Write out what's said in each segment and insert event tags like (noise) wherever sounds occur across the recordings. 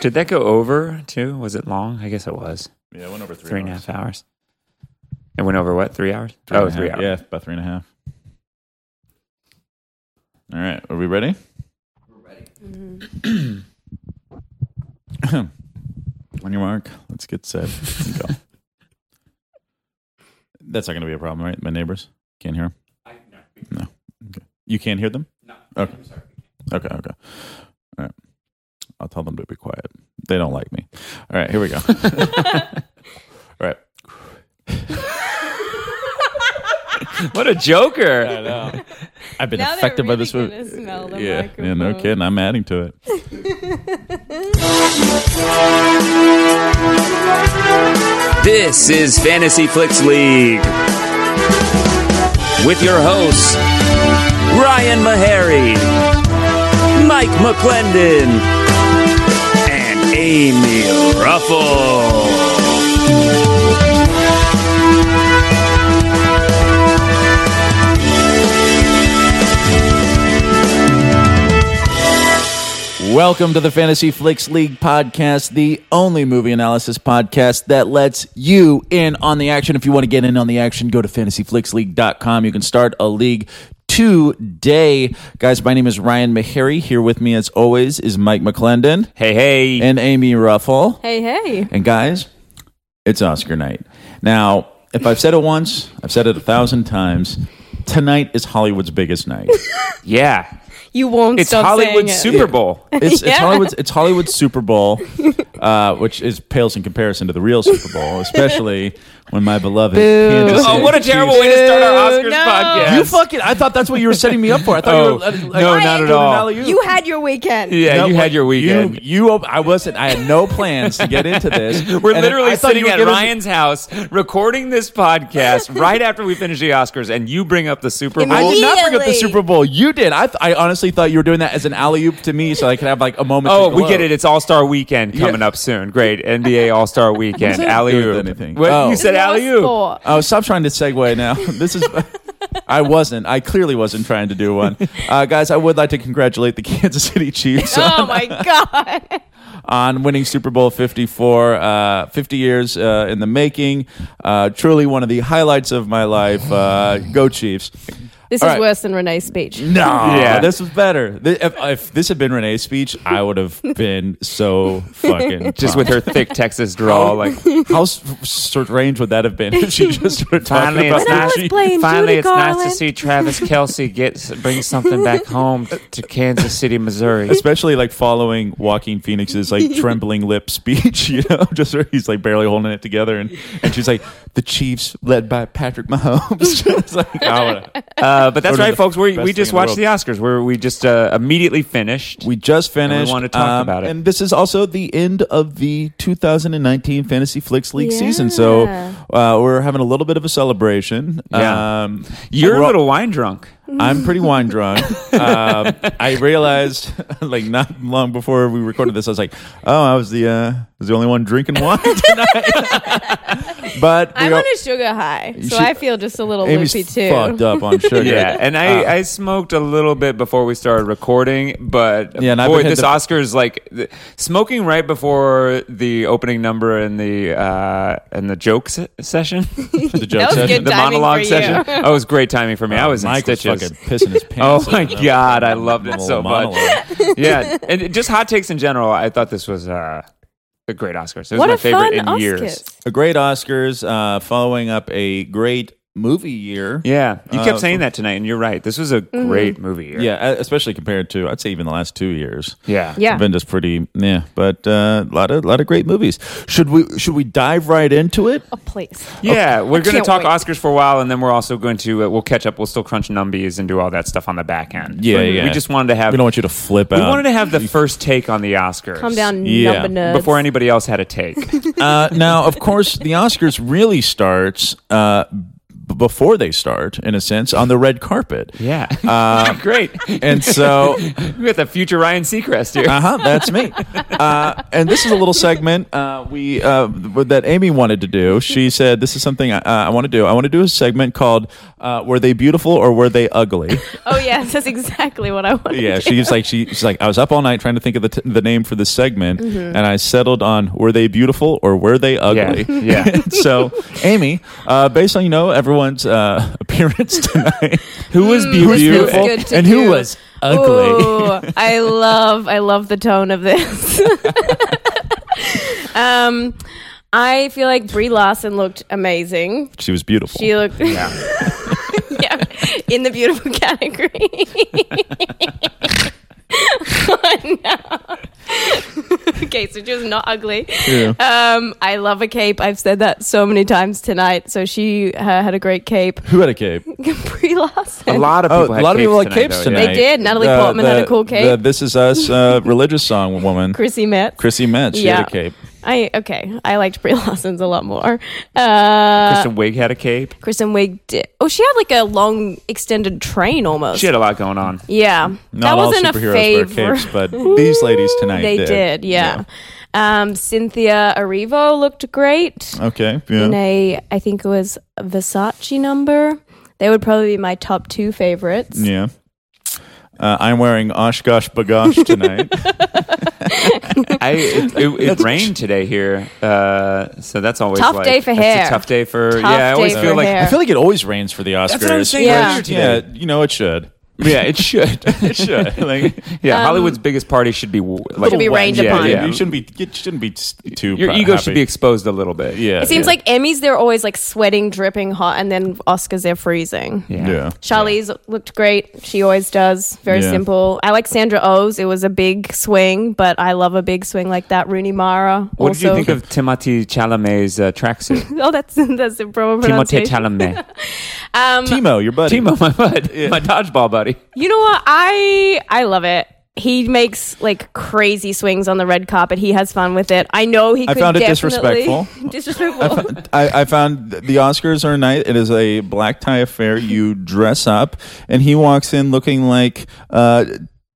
Did that go over too? Was it long? I guess it was Yeah, it went over three, three and a hours. half hours. It went over what? Three hours? Three oh, and a three half. hours. Yeah, about three and a half. All right, are we ready? We're ready. (clears throat) On your mark, let's get set. and (laughs) go. That's not going to be a problem, right? My neighbors can't hear them. no. Okay. You can't hear them. No. Okay. Okay. Okay. All right. I'll tell them to be quiet. They don't like me. All right. Here (laughs) we go. All right. What a (laughs) joker! I've been Now they're affected by really this. one. gonna smell the yeah, yeah, no microphone. kidding. I'm adding to it. This is Fantasy Flicks League with your hosts Ryan Meharry, Mike McClendon, and Amy Ruffle. Welcome to the Fantasy Flicks League podcast, the only movie analysis podcast that lets you in on the action. If you want to get in on the action, go to fantasyflicksleague.com. You can start a league today. Guys, my name is Ryan Meharry. Here with me, as always, is Mike McClendon Hey, hey! and Amy Ruffle. Hey, hey. And guys, it's Oscar night. Now, if I've said it once, I've said it a thousand times. Tonight is Hollywood's biggest night. yeah, You won't it's stop saying Hollywood it. Super (laughs) Bowl. It's, it's Yeah. Hollywood's it's Hollywood's Super (laughs) Bowl, uh, which is pales in comparison to the real Super Bowl, especially when my beloved Kansas Oh, City what a terrible way to start our Oscars No. podcast! You fucking! I thought that's what you were setting me up for. I thought Oh, you were like, no, like, not at doing an all. alley-oop. You had your weekend. yeah, No, you like, had your weekend. You, you, op- I wasn't. I had no plans to get into (laughs) this. We're And I literally thought sitting you were at giving- Ryan's house recording this (laughs) podcast right after we finish the Oscars, and you bring up the Super I Bowl. did not bring up the Immediately. Super Bowl. You did. I, th- I honestly thought you were doing that as an alley oop to me, so I could have like a moment. Oh, to we gloat. get it. It's All Star Weekend coming Yeah. up soon. Great NBA All Star Weekend. that Alley have to do with oop. anything? What Oh. you said? Lost Alley oop. sport. Oh, stop trying to segue now. (laughs) This is. I wasn't. I clearly wasn't trying to do one. Uh, guys, I would like to congratulate the (laughs) Kansas City Chiefs Oh my (laughs) god. on winning Super Bowl 54, uh, 50 years uh, in the making. Uh, truly one of the highlights of my life. Uh, go Chiefs. This All is right. worse than Renee's speech. No, Yeah. this was better. Th- If, if this had been Renee's speech, I would have been so fucking. Just with her thick Texas drawl, like (laughs) How s- strange would that have been if she just started talking finally, about it's the I nice. was Chiefs? playing finally, Judy it's nice to Garland. see (laughs) Travis Kelsey get bring something back home t- to Kansas City, Missouri. (laughs) especially like following Joaquin Phoenix's like trembling lip speech, (laughs) you know, just where he's like barely holding it together, and, and she's like, "The Chiefs led by Patrick Mahomes." (laughs) (laughs) Just like, I wanna- Uh, but that's Sort of right, the folks. We best we thing in just the watched world. the, Oscars, where we just uh, immediately finished. we just finished. um, wanna talk about it. and this is also the end of the 2019 Fantasy Flicks League season, so Yeah. uh, we're having a little bit of a celebration. Yeah. Um, You're we're- a little wine drunk. I'm pretty wine drunk. um, I realized, (laughs) like, not long before we recorded this, I was like, "Oh, I was the uh, was the only one drinking wine (laughs) tonight." (laughs) but we I'm all- on a sugar high, so She- I feel just a little Amy's loopy too. fucked up on sugar. Yeah, Uh. and I, I smoked a little bit before we started recording, but Yeah, and I've boy, been hit this the- Oscars like th- smoking right before the opening number and the uh, and the joke se- session, (laughs) the joke That was session. (laughs) good the timing monologue for session. (laughs) you. Oh, it was great timing for me. I was in Uh, Mike stitches. was fucking pissing his pants. Oh my That was god, a I loved it little so much. (laughs) monologue. yeah, and it- just hot takes in general. I thought this was uh, a great Oscars. It was What my a favorite fun in years. Oscars. A great Oscars, uh, following up a great movie year. Yeah, you Uh, kept saying that tonight, and you're right. This was a Mm-hmm. great movie. Year. Yeah, e-, especially compared to, I'd say, even the last two years. yeah, Yeah. been just pretty yeah but uh, a lot of lot of great movies should we should we dive right into it Oh please. Yeah, we're going to can't talk wait. Oscars for a while, and then we're also going to uh, we'll catch up. We'll still crunch numbies and do all that stuff on the back end. Yeah, But yeah. We just wanted to have we don't want you to flip out we (laughs) wanted to have the first take on the Oscars. Calm down, Yeah. number nerds. before anybody else had a take. uh, now of course the oscars really starts uh, b- before they start, in a sense, on the red carpet. (laughs) Yeah. Um, Great. And so we got the future Ryan Seacrest (laughs) here. Uh huh. That's me. Uh, and this is a little segment uh, we uh, that Amy wanted to do. She said, "This is something I, uh, I want to do. I want to do a segment called uh, "Were They Beautiful or Were They Ugly?" Oh yes, that's exactly what I wanted. yeah. to She's like, she, she's like, I was up all night trying to think of the, t- the name for this segment, Mm-hmm. and I settled on "Were They Beautiful or Were They Ugly?" (laughs) Yeah, yeah. so, Amy, uh, based on you know everyone's uh, (laughs) appearance tonight, Who was beautiful? this feels beautiful? good to and who do. was do. ugly? Ooh, I love, I love the tone of this. (laughs) um, I feel like Brie Larson looked amazing. She was beautiful. She looked. (laughs) Yeah, in the beautiful category. (laughs) oh, no. okay, so she was not ugly. Yeah. Um, I love a cape. I've said that so many times tonight. So she uh, had a great cape. (laughs) who had a cape? Brie Larson. A lot of people. Oh, a had lot of people had tonight, capes though, yeah. tonight. They did. Natalie Portman had a cool cape. the this is us uh, (laughs) religious song woman, Chrissy Metz. Chrissy Metz. She had a cape. I okay. I liked Brie (laughs) Larson's a lot more. Uh, Kristen Wiig had a cape. Kristen Wiig. Did, oh, she had like a long extended train almost. She had a lot going on. yeah, Not that wasn't all a superheroes wear favor. capes, (laughs) but these ladies tonight they did. did. yeah. Um, Cynthia Erivo looked great Okay. Oh, Yeah. in a I think it was a Versace number. They would probably be my top two favorites. yeah. Uh, I'm wearing Oshkosh (laughs) Bagosh tonight. I it, it, it rained today here, uh, so that's always Tough like- day for it's a hair. tough day for Tough yeah. I always day feel for like hair. I feel like it always rains for the Oscars. that's what I was saying Yeah. earlier Yeah, today. you know it should. (laughs) Yeah, it should. It (laughs) should. like, Yeah, Hollywood's biggest party should be w- like Um, Should be rained yeah, upon. Yeah. You shouldn't be. You shouldn't be t- too. Your pro- ego Mm-hmm. happy. should be exposed a little bit. Yeah. It seems yeah. like Emmys they're always like sweating, dripping hot, and then Oscars they're freezing. Yeah. Yeah. Charlize looked great. She always does. Very Yeah. simple. I like Sandra O's. It was a big swing, but I love a big swing like that. Rooney Mara. What also. did you think of Timothy Chalamet's uh, tracksuit? (laughs) Oh, that's that's the proper Timothy pronunciation. (laughs) Chalamet, Um, Timo, your buddy. Timo, my bud, my dodgeball buddy. You know what? I I love it. He makes like crazy swings on the red carpet. He has fun with it. I know he. I could found it definitely- disrespectful. (laughs) disrespectful. (laughs) I, I found th- the Oscars are a night. It is a black tie affair. You dress up, and he walks in looking like uh,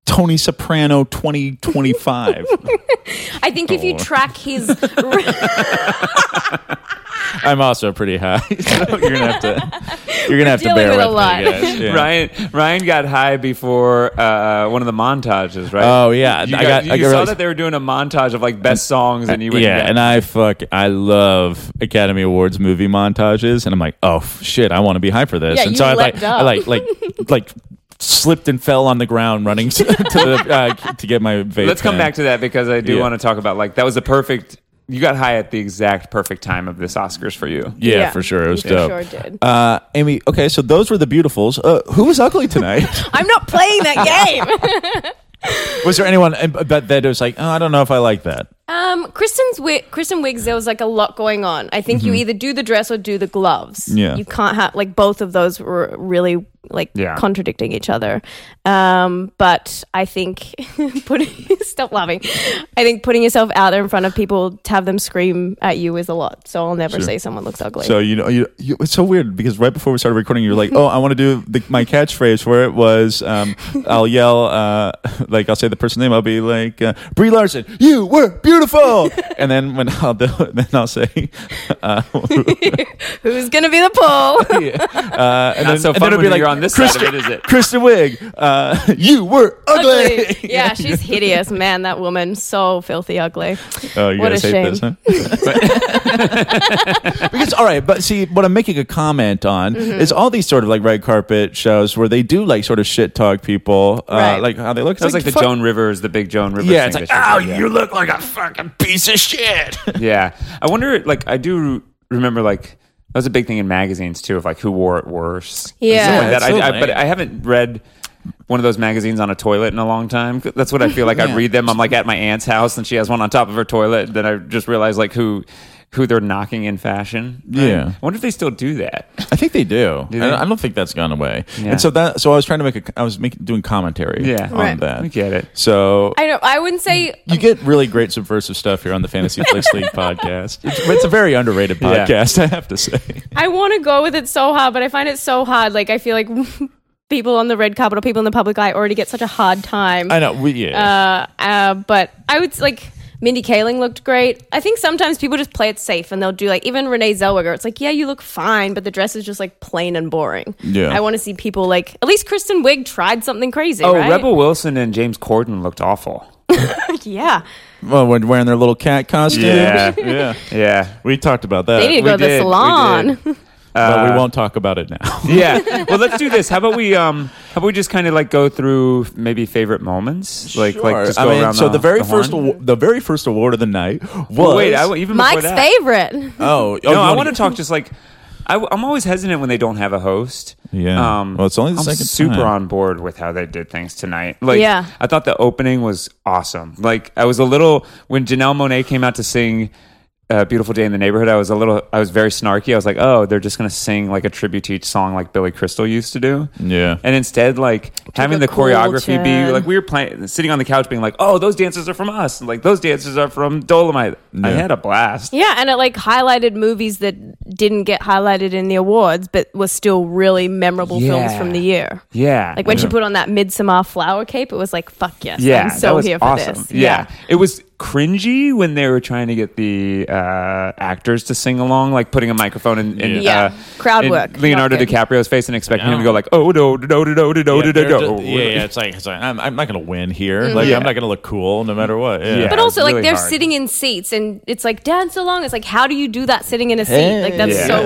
Tony Soprano 2025. I think if you track his, I'm also pretty high, (laughs) so you're gonna have to. You're (laughs) gonna have to dealing bear with a me, lot. I (laughs) guess. Yeah. Ryan Ryan got high before uh, one of the montages, right? Oh, yeah. you I I got- got, I you got saw really- that they were doing a montage of like best songs, and you went, yeah, and I fuck, I love Academy Awards movie montages, and I'm like, oh f- shit, I want to be high for this. Yeah, and you so I like, leapt I up. like, (laughs) like, like, slipped and fell on the ground running to, (laughs) to, the, uh, to get my vape. Let's come pen. back to that because I do Yeah. want to talk about like that was the perfect. You got high at the exact perfect time of this Oscars for you. (laughs) Yeah, (laughs) for sure, it You was for dope. sure did. Uh, Amy, okay, so those were the beautifuls. Uh, who was ugly tonight? (laughs) I'm not (laughs) playing that game. was there anyone uh, but that was like, oh, I don't know if I like that? Um, Kristen's wi- Kristen Wigs. There was like a lot going on. I think you either do the dress or do the gloves. Yeah. you can't have like both of those were really like Yeah. contradicting each other. Um, but I think (laughs) putting stop laughing. I think putting yourself out there in front of people to have them scream at you is a lot. So I'll never say someone looks ugly. So you know, you, you, it's so weird because right before we started recording, you were like, "Oh, I want to do the, my catchphrase where it was, um, (laughs) I'll yell, uh, (laughs) like I'll say the person's name, I'll be like uh, Brie Larson, you were (laughs) beautiful," and then when (laughs) I'll do, then I'll say, uh, Who's gonna be the pole? uh, and Not then, so fun and then it'll when be like you're on this Kristen, side of it, is it? Kristen Wiig, uh, (laughs) you were ugly. ugly. (laughs) Yeah, she's hideous. Man, that woman so filthy ugly. (laughs) Oh, you What guys a hate shame. this, huh? (laughs) because all right, but see, what I'm making a comment on Mm-hmm. is all these sort of like red carpet shows where they do like sort of shit talk people, uh, Right. like how they look. It's That was like, the fuck- Joan Rivers, the big Joan Rivers. Yeah, thing it's like, that she oh, did, yeah. you look like a fucking piece of shit. yeah. I wonder, like, I do remember, like, that was a big thing in magazines too, of like who wore it worse. Yeah. Stuff like Yeah, it's that. I- so I, lame. but I haven't read one of those magazines on a toilet in a long time. That's what I feel like. I read them. I'm like at my aunt's house, and she has one on top of her toilet. Then I just realize like who who they're knocking in fashion. Yeah. I wonder if they still do that. (laughs) I think they do. they? I, don't, I don't think that's gone away. Yeah. And so that, so I was trying to make a, I was making doing commentary Yeah. on Right. that. We get it. So I don't. I wouldn't say. you get really great subversive stuff here on the Fantasy Flicks (laughs) League podcast. It's, it's a very underrated Yeah. podcast, I have to say. I want to go with it so hard, but I find it so hard. Like I feel like (laughs) people on the red carpet or people in the public eye already get such a hard time. I know. We, yeah. uh, uh, but I would like Mindy Kaling looked great. I think sometimes people just play it safe and they'll do like even Renee Zellweger. It's like yeah, you look fine, but the dress is just like plain and boring. Yeah. I want to see people like at least Kristen Wiig tried something crazy. Oh, right? Rebel Wilson and James Corden looked awful. (laughs) yeah, well, when wearing their little cat costume. (laughs) Yeah. yeah. Yeah. We talked about that. they need to we go to did, the we salon. but Uh, we won't talk about it now. Yeah. Well, let's do this. How about we um how about we just kind of like go through maybe favorite moments? (laughs) Like like just go I mean, around so the, very first, horn? awa- the very first award of the night was. Well, wait, I, even before Mike's that. favorite. oh, No, I want to talk just like I, am always hesitant when they don't have a host. Um, Yeah. Well, it's only the I'm second super time. on board with how they did things tonight. Like, Yeah. I thought the opening was awesome. Like, I was a little when Janelle Monet came out to sing. Uh, beautiful day in the neighborhood. I was a little, I was very snarky. I was like, oh, they're just going to sing like a tribute to each song like Billy Crystal used to do. Yeah. And instead, like having a the cool choreography be turn. like, we were playing, sitting on the couch being like, oh, those dances are from us. And, like, those dances are from Dolomite. I Yeah. had a blast. Yeah, and it like highlighted movies that didn't get highlighted in the awards, but were still really memorable films Yeah. from the year. Yeah. Like when she put on that Midsummer flower cape, it was like, fuck yes, Yeah, I'm that so was here for awesome. this. Yeah. it was cringy when they were trying to get the uh, actors to sing along, like putting a microphone in, in Yeah. uh, Crowd in work, Leonardo not good. DiCaprio's face and expecting him to No. go like, oh no, no, no, no, no, no, Yeah, no, they're no, ju- yeah, yeah, it's like, it's like I'm, I'm not going to win here. Like I'm not going to look cool no matter what. Yeah. Mm-hmm. Yeah. But It was also, like really they're hard. sitting in seats, and it's like dance along. It's like, how do you do that sitting in a seat? Hey. Like that's Yeah. so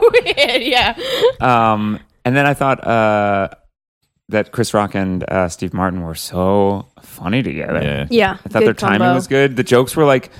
(laughs) weird. Yeah, Um, and then I thought uh, that Chris Rock and uh, Steve Martin were so funny together. Yeah. yeah. I thought their timing was good. The jokes were like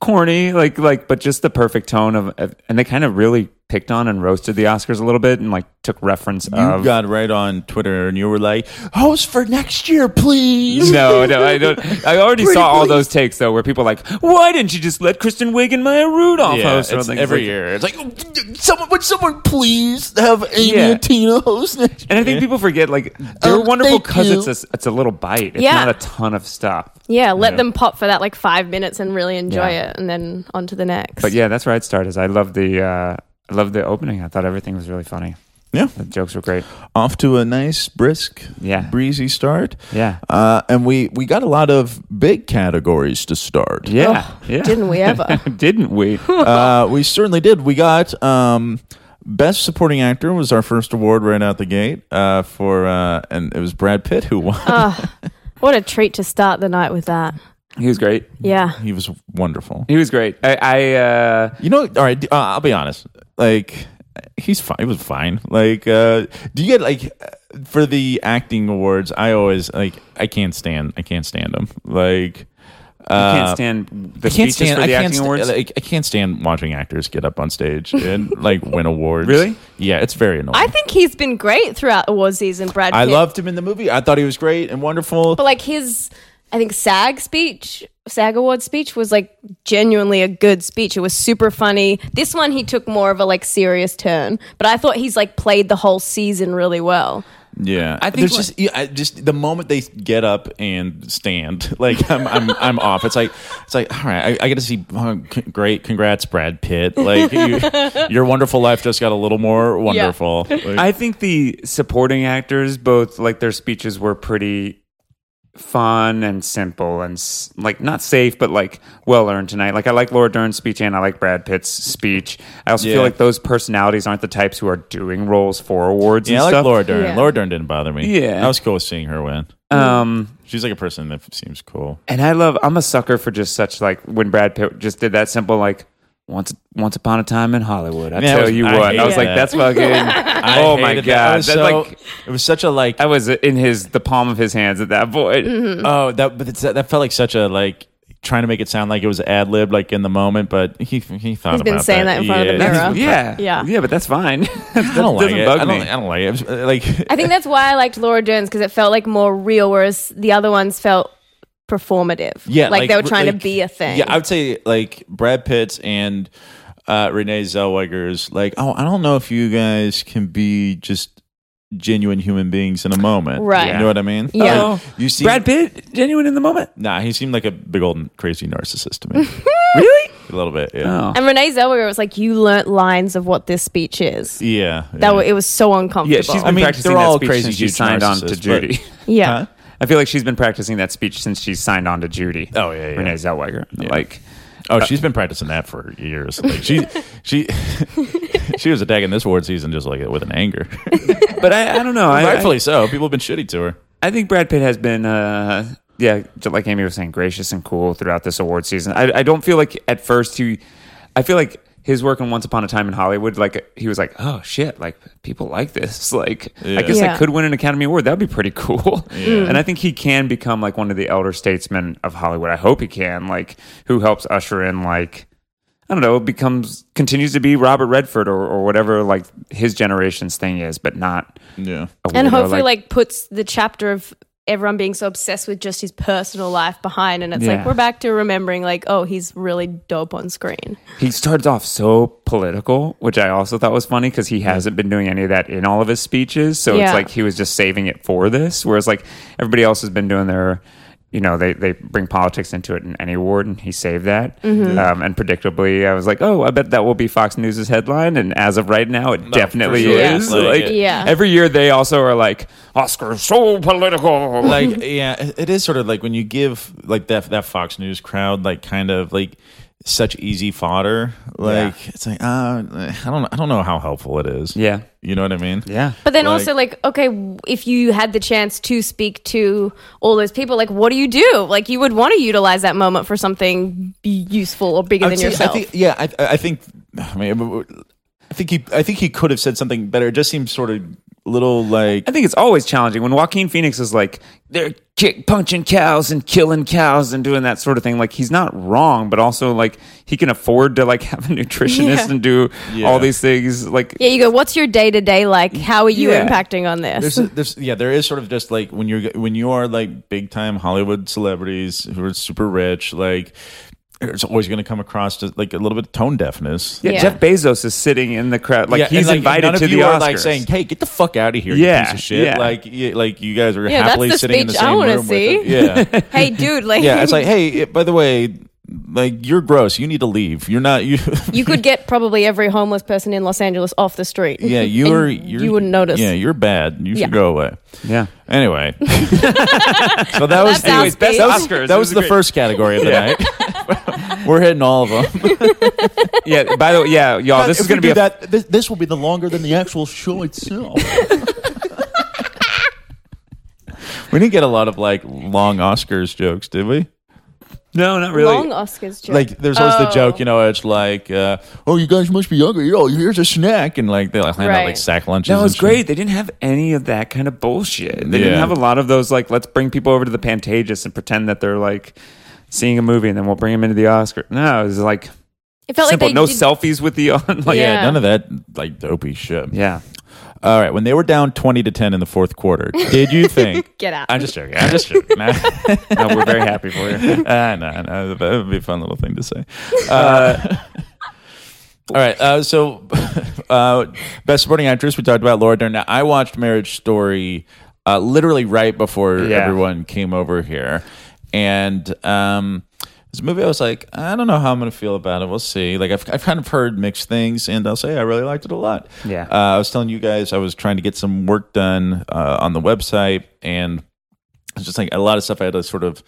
corny, like like, but just the perfect tone of, of and they kind of really picked on and roasted the Oscars a little bit and like took reference You of got right on Twitter and you were like, host for next year, please. No, no, (laughs) I don't. I already saw all those takes though, where people are like, "Why didn't you just let Kristen Wiig and Maya Rudolph Yeah, host?" or it's something?" every like- year. It's like, "Oh, someone, would someone please have Amy Yeah. and Tina host next And I think people forget like they're Oh, wonderful thank because you. it's a, it's a little bite. It's Yeah. not a ton of stuff. Yeah, let them pop for that like five minutes and really enjoy Yeah. it, and then on to the next. But yeah, that's where I'd start. Is I love the uh, I love the opening. I thought everything was really funny. Yeah. The jokes were great. off to a nice brisk Yeah. breezy start Yeah. uh, and we we got a lot of big categories to start Yeah, yeah. didn't we ever? (laughs) didn't (laughs) we? uh, we certainly did we got um Best Supporting Actor was our first award right out the gate uh, for, uh, and it was Brad Pitt who won. what a treat to start the night with that. he was great. Yeah. he was wonderful. He was great. I, I uh, You know, all right, uh, I'll be honest. Like, he's fine. He was fine. Like, uh, do you get like uh, for the acting awards? I always like. I can't stand. I can't stand him. Like, I can't uh, stand the I can't speeches stand. for the I can't acting sta- awards. like, I can't stand watching actors get up on stage and like (laughs) win awards. Really? Yeah, it's very annoying. I think he's been great throughout award season, Brad. I Pitt. loved him in the movie. I thought he was great and wonderful. but like his, I think SAG speech, SAG award speech was like genuinely a good speech. It was super funny. This one he took more of a like serious turn, but I thought he's like played the whole season really well. Yeah, I think think there's what- just yeah, I just the moment they get up and stand, (laughs) like I'm I'm, I'm off. It's like it's like all right, I, I get to see oh, c- great, congrats, Brad Pitt. Like you, your wonderful life just got a little more wonderful. Like, I think the supporting actors, both like their speeches were pretty fun and simple and s- like not safe, but like well earned tonight. Like I like Laura Dern's speech and I like Brad Pitt's speech. I also Yeah. feel like those personalities aren't the types who are doing roles for awards. yeah, and I like stuff. Laura Dern. Yeah. Laura Dern didn't bother me. Yeah. I was cool with seeing her win. Um, She's like a person that seems cool. And I love. I'm a sucker for just such like when Brad Pitt just did that simple like. Once, once upon a time in Hollywood, I Yeah, I tell was- you I what, I, hated was like, that. that's fucking. (laughs) I oh my hated god, that. I was That, so- like it was such a like. I was in his the palm of his hands at that point. Oh, that but it's, that felt like such a like trying to make it sound like it was ad lib, like in the moment. But he he thought He's been about saying that in front of the Yeah. mirror. That's- Yeah. Yeah. Yeah, but that's fine. (laughs) that I don't like doesn't it. bug I don't, me. I don't like it. It was, uh, Like I think that's why I liked Laura Dern's because it felt like more real, whereas the other ones felt performative. (laughs) Yeah, like, they were trying like- to be a thing. Yeah, I would say like Brad Pitt's and uh, Renee Zellweger's. Like, oh, I don't know if you guys can be just genuine human beings in a moment, Right. You know what I mean? Yeah. Like, you see, Oh. Brad Pitt, genuine in the moment. Nah, he seemed like a big old crazy narcissist to (laughs) me, Really? a little bit. Yeah, Oh. and Renee Zellweger was like, "You learnt lines of what this speech is." yeah. That yeah. wa- it was so Yeah, uncomfortable. she's been I mean, practicing they're that all speech crazy since she huge signed on to narcissists, Judy. yeah. Huh? (laughs) I feel like she's been practicing that speech since she signed on to Judy. Oh, yeah, yeah. Renee Zellweger. Like, Oh, she's been practicing that for years. Like, she (laughs) she (laughs) she was attacking this award season just like with an anger, but I, I don't know. I, I, (laughs) rightfully so. People have been shitty to her. I think Brad Pitt has been, uh, yeah, j- like Amy was saying, gracious and cool throughout this award season. I, I don't feel like at first he, I feel like his work in Once Upon a Time in Hollywood, like he was like, oh shit, like people like this. (laughs) Like, Yeah. I guess Yeah. Hmm. I could win an Academy Award. That'd be pretty cool. And I think he can become like one of the elder statesmen of Hollywood. I hope he can, like, who helps usher in, like, I don't know, becomes continues to be Robert Redford or, or whatever like his generation's thing is, but not Yeah. a and weirdo, hopefully like, puts the chapter of everyone being so obsessed with just his personal life behind and it's Yeah. like we're back to remembering like oh he's really dope on screen He starts off so political, which I also thought was funny because he hasn't been doing any of that in all of his speeches. So Yeah. it's like he was just saving it for this. Whereas like everybody else has been doing their, you know, they, they bring politics into it in any award, and he saved that. Mm-hmm. Um, and predictably, I was like, oh, I bet that will be Fox News' headline. And as of right now, it definitely sure. is. Yeah. Like, Yeah. every year they also are like Oscar so political. (laughs) like yeah it- it is sort of like when you give like that that fox news crowd like kind of like such easy fodder like it's like uh, i don't i don't know how helpful it is yeah, you know what i mean yeah. but then Like- also like okay w- if you had the chance to speak to all those people like what do you do like you would want to utilize that moment for something be- useful or bigger I than would say- yourself I think, yeah, I, I think. I mean, I think he. I think he could have said something better. It just seems sort of little like. I think it's always challenging when Joaquin Phoenix is like they're kick punching cows and killing cows and doing that sort of thing. Like he's not wrong, but also like he can afford to like (laughs) have a nutritionist Yeah. and do Yeah. all these things. Like yeah you go what's your day-to-day like how are you Yeah. impacting on this There's, there's, yeah, there is sort of just like when you're when you are like big time Hollywood celebrities who are super rich, like it's always going to come across just like a little bit of tone deafness. yeah, Yeah. Jeff Bezos is sitting in the crowd. Like Yeah, he's and, like, invited none of to you the are, Oscars. like saying, "Hey, get the fuck out of here, Yeah, you piece of shit!" yeah. Like, you, like you guys are Yeah, that's happily the sitting in the speech I same wanna room. with see. it. (laughs) Yeah, hey dude like yeah. It's like, hey, it- by the way, like you're gross. You need to leave. You're not you. (laughs) (laughs) you could get probably every homeless person in los angeles off the street (laughs) yeah, And you're, you're. you wouldn't notice Yeah, you're bad. You Yeah. should go away. (laughs) (laughs) yeah, Anyway, (laughs) so that was That sounds anyways, big. that was, Oscars. That It was was the great. first category of the night. (laughs) We're hitting all of them. yeah. By the way, yeah, y'all, Oh, this is If we going to be do a that. This, this will be the longer than the actual show itself. (laughs) we didn't get a lot of like long Oscars jokes, did we? no, not really. long oscars joke. Like, there's always the Oh. joke, you know, it's like, uh, oh, you guys must be hungry. Oh, here's a snack, and like they like hand out like Right. sack lunches. No, and it was shit. great. They didn't have any of that kind of bullshit. They Yeah. didn't have a lot of those like let's bring people over to the Pantages and pretend that they're like seeing a movie and then we'll bring them into the Oscar. No, it was like it felt simple. (laughs) like they no did- selfies with the on. Like, Yeah, yeah. Yeah. none of that like dopey shit. yeah. All right, when they were down twenty to ten in the fourth quarter, did you (laughs) think? Get out. I'm just joking. I'm just joking. Nah. No, we're very happy for (laughs) you. (laughs) Ah, no, no, that would be a fun little thing to say. Uh, all right, uh, so (laughs) uh, best supporting actress we talked about Laura Dern. Now I watched Marriage Story uh, literally right before Yeah. everyone came over here, and um, it's a movie I was like, I don't know how I'm going to feel about it. We'll see. Like I've, I've kind of heard mixed things, and I'll say I really liked it a lot. Yeah. uh, I was telling you guys I was trying to get some work done uh, on the website and it's just like a lot of stuff I had to sort of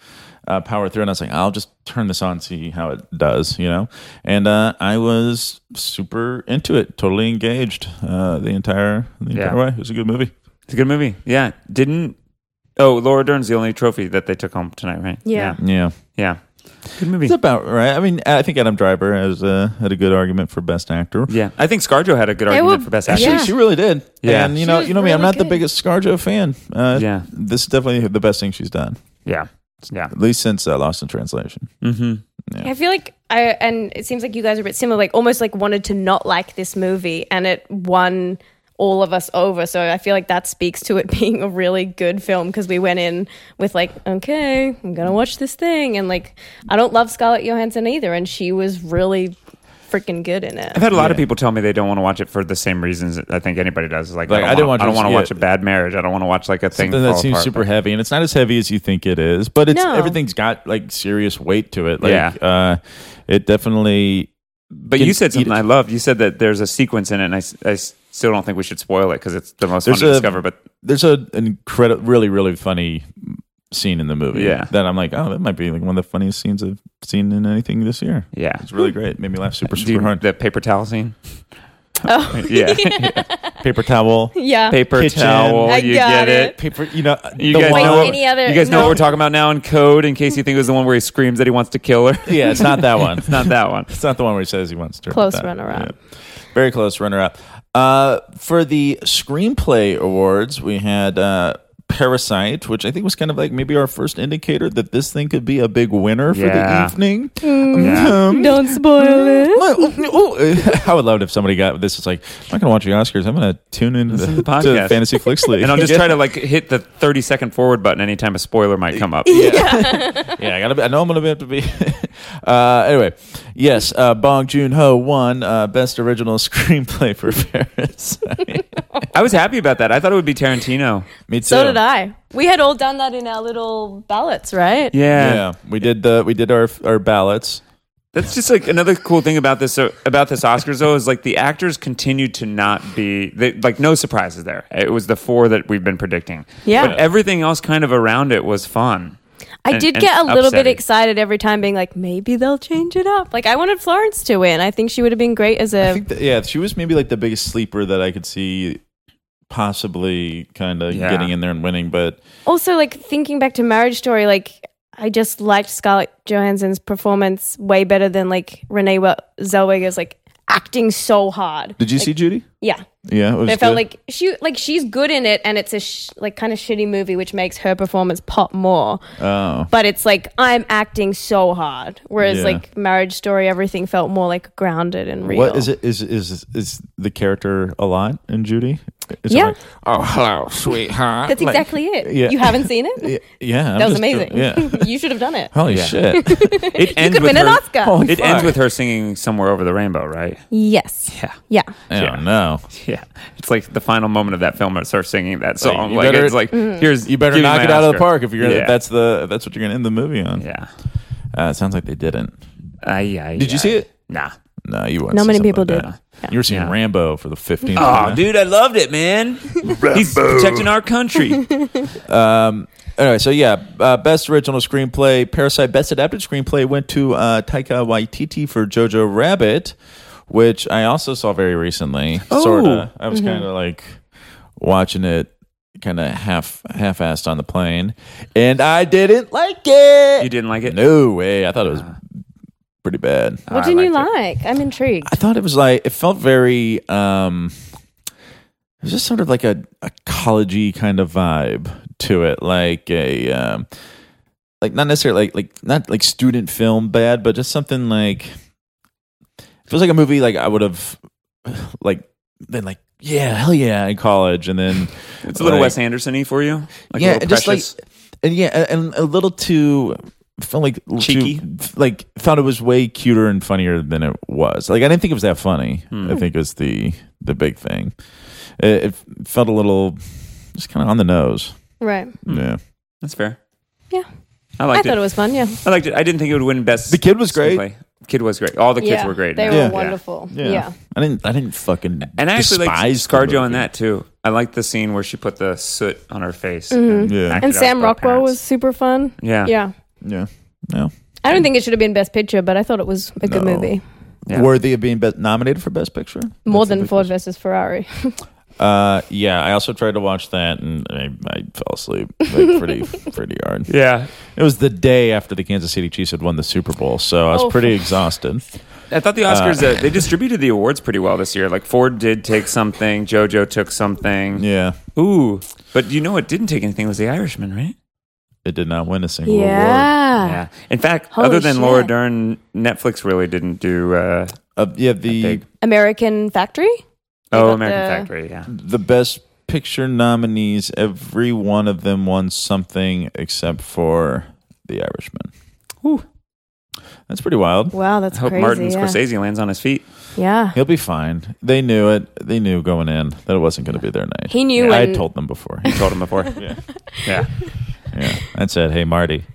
uh, power through, and I was like, I'll just turn this on, see how it does, you know. And uh, I was super into it, totally engaged uh, the entire the Yeah. entire way. It was a good movie. It's a good movie. Yeah. Didn't. Oh, Laura Dern's the only trophy that they took home tonight, right? Yeah. Yeah, Yeah. Good movie. it's about right. I mean, I think Adam Driver has uh, had a good argument for best actor. Yeah. I think ScarJo had a good They argument were- for best Yeah. actor. Actually, she really did. Yeah. and you She know, was you know me, I'm really not the good. biggest ScarJo fan. Uh, Yeah. this is definitely the best thing she's done, Yeah. Yeah. at least since uh, Lost in Translation. Mm-hmm. I feel like I and it seems like you guys are a bit similar. Like almost like wanted to not like this movie, and it won all of us over. So I feel like that speaks to it (laughs) being a really good film because we went in with like, okay, I'm gonna watch this thing, and like, I don't love Scarlett Johansson either, and she was really freaking good in it. (laughs) I've had a lot of people tell me they don't want to watch it for the same reasons that I think anybody does. It's like, Like, I I don't didn't want, watch I don't it- want to yeah. watch a bad marriage. I don't want to watch like a thing Something that fall seems apart. super heavy, and it's not as heavy as you think it is, but it's No. everything's got like serious weight to it. Like, Yeah. uh, it definitely. But can you said eat something it. I loved. You said that there's a sequence in it, and I, s- I s- still don't think we should spoil it because it's the most There's fun to a- discover. But There's a an incredible, really, really funny scene in the movie. Yeah. that I'm like, oh, that might be like one of the funniest scenes I've seen in anything this year. yeah, It's really Hmm. great. Made me laugh super, Do super you- (laughs) hard. the paper towel scene. Oh, (laughs) Yeah, Paper towel. yeah. paper Kitchen. towel. I you got get it. it. Paper, you know, You the guys, one- know what, Any other- you guys know no. what we're talking about now in code, in case you think it was the one where he screams that he wants to kill her. (laughs) yeah, it's not that one. Not that (laughs) one. It's not the one where he says he wants to. Close that. runner-up. Very close runner up. Uh, for the screenplay awards, we had uh, Parasite, which I think was kind of like maybe our first indicator that this thing could be a big winner for Yeah. the evening. Yeah. Um, Don't spoil it. oh, oh, (laughs) I would love it if somebody got this. It's like, I'm not going to watch the Oscars. I'm going to tune into the, to the (laughs) to podcast. Fantasy (laughs) Flicks League. And I'll just try to like hit the 30 second forward button anytime a spoiler might come up. yeah, I gotta. Be, I know I'm gonna be, have to be. (laughs) uh, anyway, yes, uh, Bong Joon Ho won uh, best original (laughs) screenplay for Parasite. I was happy about that. I thought it would be Tarantino. Me too. So did I. We had all done that in our little ballots, right? Yeah. Yeah, we did the we did our our ballots. That's just like another cool thing about this uh, about this Oscars though is like the actors continued to not be they, like no surprises there. It was the four that we've been predicting. Yeah. But everything else kind of around it was fun. I and- did and get a little bit upsetting. excited every time, being like, maybe they'll change it up. Like, I wanted Florence to win. I think she would have been great as I a. think that, yeah, she was maybe like the biggest sleeper that I could see possibly kind of Yeah. getting in there and winning, but also, like, thinking back to Marriage Story, like, I just liked Scarlett Johansson's performance way better than, like, Renee Wel- Zellweger's, like, acting so hard. did you see Judy? Yeah. Yeah, it was But it felt good. like she like she's good in it and it's a sh- like kind of shitty movie which makes her performance pop more. oh. but it's like I'm acting so hard. Whereas Yeah. like Marriage Story, everything felt more like grounded and real. What is it? Is is is the character a lot in Judy? Is it Yeah. like, oh, hello, sweetheart. That's Like- exactly it. yeah. You haven't seen it? Yeah, yeah, I'm that was just doing- amazing. (laughs) yeah. you should have done it. Holy Yeah. shit! It You ends could with win her, an Oscar. It ends fuck. with her singing somewhere over the rainbow, right? Yes. Yeah. Yeah. (laughs) I Yeah. don't know. Yeah. It's like the final moment of that film is her singing that song. you Like, better- it's like Mm-hmm. here's You better give me knock my it out of the Oscar. park if you're. Gonna, Yeah. if that's the. If that's what you're gonna end the movie on. Yeah. Uh, it sounds like they didn't. Aye, aye, Did you aye. see it? Nah. No, you wouldn't. Not see many something people like did. that. You were seeing Yeah. Rambo for the 15th. Oh, time. dude, I loved it, man. He's protecting our country. Um, anyway, so yeah, uh, best original screenplay, Parasite. Best adapted screenplay went to uh, Taika Waititi for Jojo Rabbit, which I also saw very recently. Oh. sorta. I was kind of like watching it, kind of half half-assed on the plane, and I didn't like it. You didn't Ah. like it? No way. I thought it was pretty bad. What I did you liked like? I'm intrigued. I thought it was like it felt very um it was just sort of like a, a collegey kind of vibe to it. Like a um like not necessarily like like not like student film bad, but just something like it feels like a movie like I would have like been like, yeah, hell yeah in college and then It's a little like- Wes Anderson y for you. Like a yeah, little just like precious. and yeah, and a little too felt like too- Cheeky? like thought it was way cuter and funnier than it was. Like I didn't think it was that funny. I think it was the the big thing. It, it felt a little just kind of on the nose. right. Yeah, That's fair. Yeah. I I liked thought it. it was fun. Yeah. I liked it. I didn't think it would win best. The kid was great. screenplay. Kid was great. All the kids yeah. were great. They in were it. Yeah. wonderful. Yeah. I didn't. I didn't fucking. And I actually like despise the ScarJo on movie. that too. I liked the scene where she put the soot on her face. And, acted Yeah. Mm-hmm. And out Sam for her Rockwell parents. was super fun. Yeah. Yeah. Yeah, no. I don't think it should have been Best Picture, but I thought it was a good No. movie. Yeah. Worthy of being best nominated for best picture. More That's a than big Ford versus Ferrari. Uh, yeah. I also tried to watch that and I, I fell asleep like, (laughs) pretty pretty hard. Yeah. It was the day after the Kansas City Chiefs had won the Super Bowl, so I was Oh. pretty exhausted. I thought the Oscars uh, they distributed the awards pretty well this year. Like Ford did take something, JoJo took something. Yeah, Ooh, but you know what didn't take anything was The Irishman, right? it did not win a single award. yeah. Yeah. In fact, Uh, Holy other than Laura shit. Dern, Netflix really didn't do. Uh, Uh, yeah, the Big. American Factory? Oh, got American the- Factory. Yeah. The best picture nominees, every one of them won something except for The Irishman. Whew. That's pretty wild. Wow, that's I hope crazy. Martin yeah. Scorsese lands on his feet. Yeah. He'll be fine. They knew it. They knew going in that it wasn't going to be their night. He knew I when- told (laughs) them before. I told him before. yeah. yeah. Yeah. I said, hey, Marty,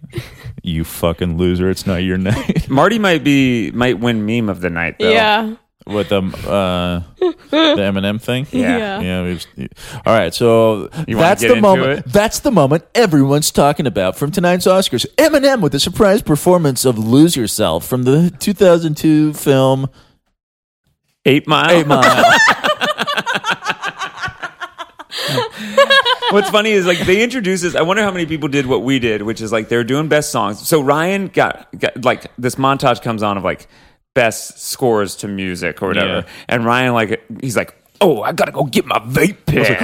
you fucking loser. It's not your night. Marty might be might win meme of the night though. Yeah. With the, uh, the Eminem thing. Yeah. Yeah. Yeah. We've, all right. So You wanna that's get the into it? moment. That's the moment everyone's talking about from tonight's Oscars. Eminem with a surprise performance of "Lose Yourself" from the 2002 film Eight Mile. Eight Mile. What's funny is like they introduced this. I wonder how many people did what we did, which is like they were doing best songs. So Ryan got, got like this montage comes on of like best scores to music or whatever, Yeah. and Ryan like he's like. Oh, I gotta go get my vape pen.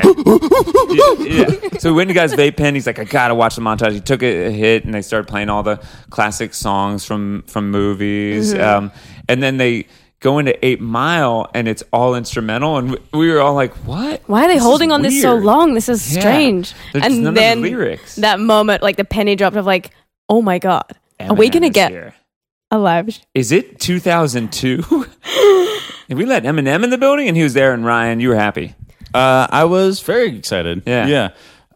(gasps) yeah, yeah. So we went to guy's vape pen. He's like, I gotta watch the montage. He took a a hit, and they started playing all the classic songs from from movies. Um, and then they go into Eight Mile, and it's all instrumental. And we- we were all like, What? Why are they This is holding on this so weird." long? This is Yeah. strange. There's just and none of the then lyrics. that moment, like the penny dropped of like, oh my god, are we Eminem gonna is get here. a live? sh- Is it (laughs) 2002? Did we let Eminem in the building, and he was there. And Ryan, you were happy. Uh, I was very excited. Yeah. Yeah.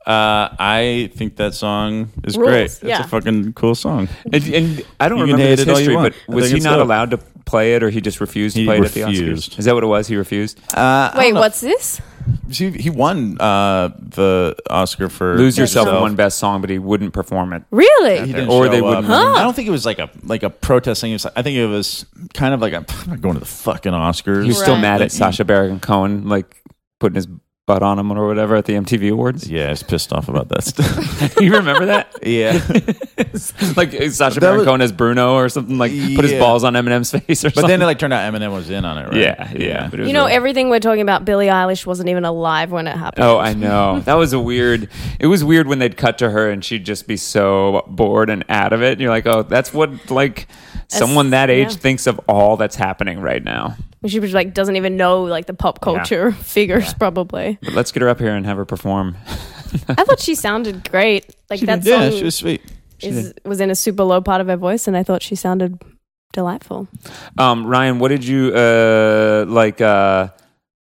Uh, I think that song is Rules, great. It's yeah. a fucking cool song. And, and I don't You can remember hate this it all you history, but want. I was think he it's not dope. allowed to play it, or he just refused to He play it at the refused. Oscars? Is that what it was? He refused. Uh, I Wait, don't know. what's this? He, he won uh, the Oscar for Lose yourself Yourself. won best song, but he wouldn't perform it. Really? He didn't Or show they up. wouldn't- I don't think it was like a like a protesting. It was, I think it was kind of like a, I'm not going to the fucking Oscars. He was still Right. mad Like, at Sasha Baron Cohen, like putting his butt on him or whatever at the MTV Awards. Yeah, I was pissed off about that stuff. (laughs) you remember that? (laughs) yeah, (laughs) like Sasha That Baron was- Cohen as Bruno or something. Like put his Yeah. balls on Eminem's face or but something. then it like turned out Eminem was in on it, right? yeah, yeah. but it was You know, really- everything we're talking about, Billie Eilish wasn't even alive when it happened. Oh, I know. That was a weird. It was weird when they'd cut to her and she'd just be so bored and out of it. And you're like, oh, that's what like someone that age yeah. thinks of all that's happening right now. She was like doesn't even know like the pop culture (laughs) figures (laughs) probably. But let's get her up here and have her perform. I thought she sounded great. Like that song yeah, she was sweet. is, was in a super low part of her voice, and I thought she sounded delightful. Um, Ryan, what did you uh like? Uh,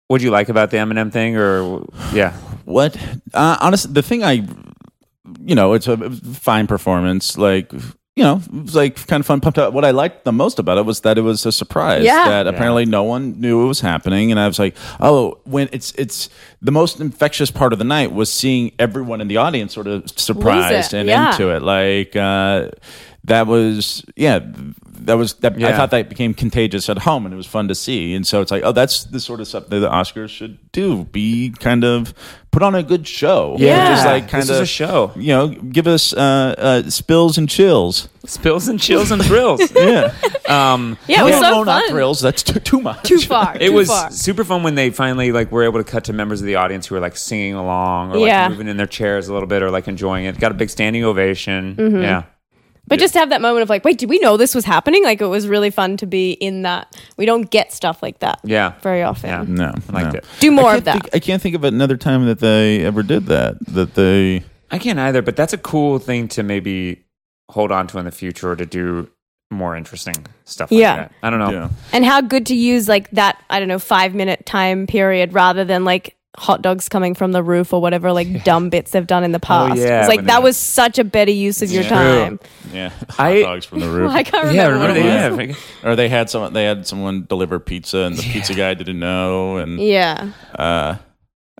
what did you like about the Eminem thing? Or yeah, What? Uh, honestly, the thing I, you know, it's a fine performance. Like, you know, it was like kind of fun, pumped up. What I liked the most about it was that it was a surprise. Yeah. That apparently no one knew it was happening, and I was like, oh, when it's it's the most infectious part of the night was seeing everyone in the audience sort of surprised and Yeah. into it. Like, uh, that was yeah. That was that. I Yeah. thought that became contagious at home, and it was fun to see. And so it's like, oh, that's the sort of stuff that the Oscars should do: be kind of put on a good show, Yeah. which is like kind This of is a show. You know, give us uh, uh, spills and (laughs) chills. spills and chills and (laughs) thrills. Yeah, Um, Yeah, it was no, so no, fun. not thrills. That's too, too much. Too (laughs) far. it too was far. super fun when they finally like were able to cut to members of the audience who were like singing along or like Yeah. moving in their chairs a little bit or like enjoying it. Got a big standing ovation. Mm-hmm. Yeah. But just to have that moment of like, wait, did we know this was happening? Like it was really fun to be in that. We don't get stuff like that. Yeah. Very often. Yeah. (laughs) No, I liked no. it. Do I more can't of that. Think, I can't think of another time that they ever did that. That they. I can't either, but that's a cool thing to maybe hold on to in the future or to do more interesting stuff like Yeah. that. I don't know. Yeah. and how good to use like that, I don't know, five minute time period rather than like hot dogs coming from the roof or whatever like dumb bits they've done in the past. Oh, yeah, it's like when that they- was such a better use of your True. time. (laughs) Yeah, I- hot dogs from the roof. I can't remember. Yeah, what remember it was. that? Yeah. or they had someone they had someone deliver pizza and the pizza guy didn't know and Yeah. uh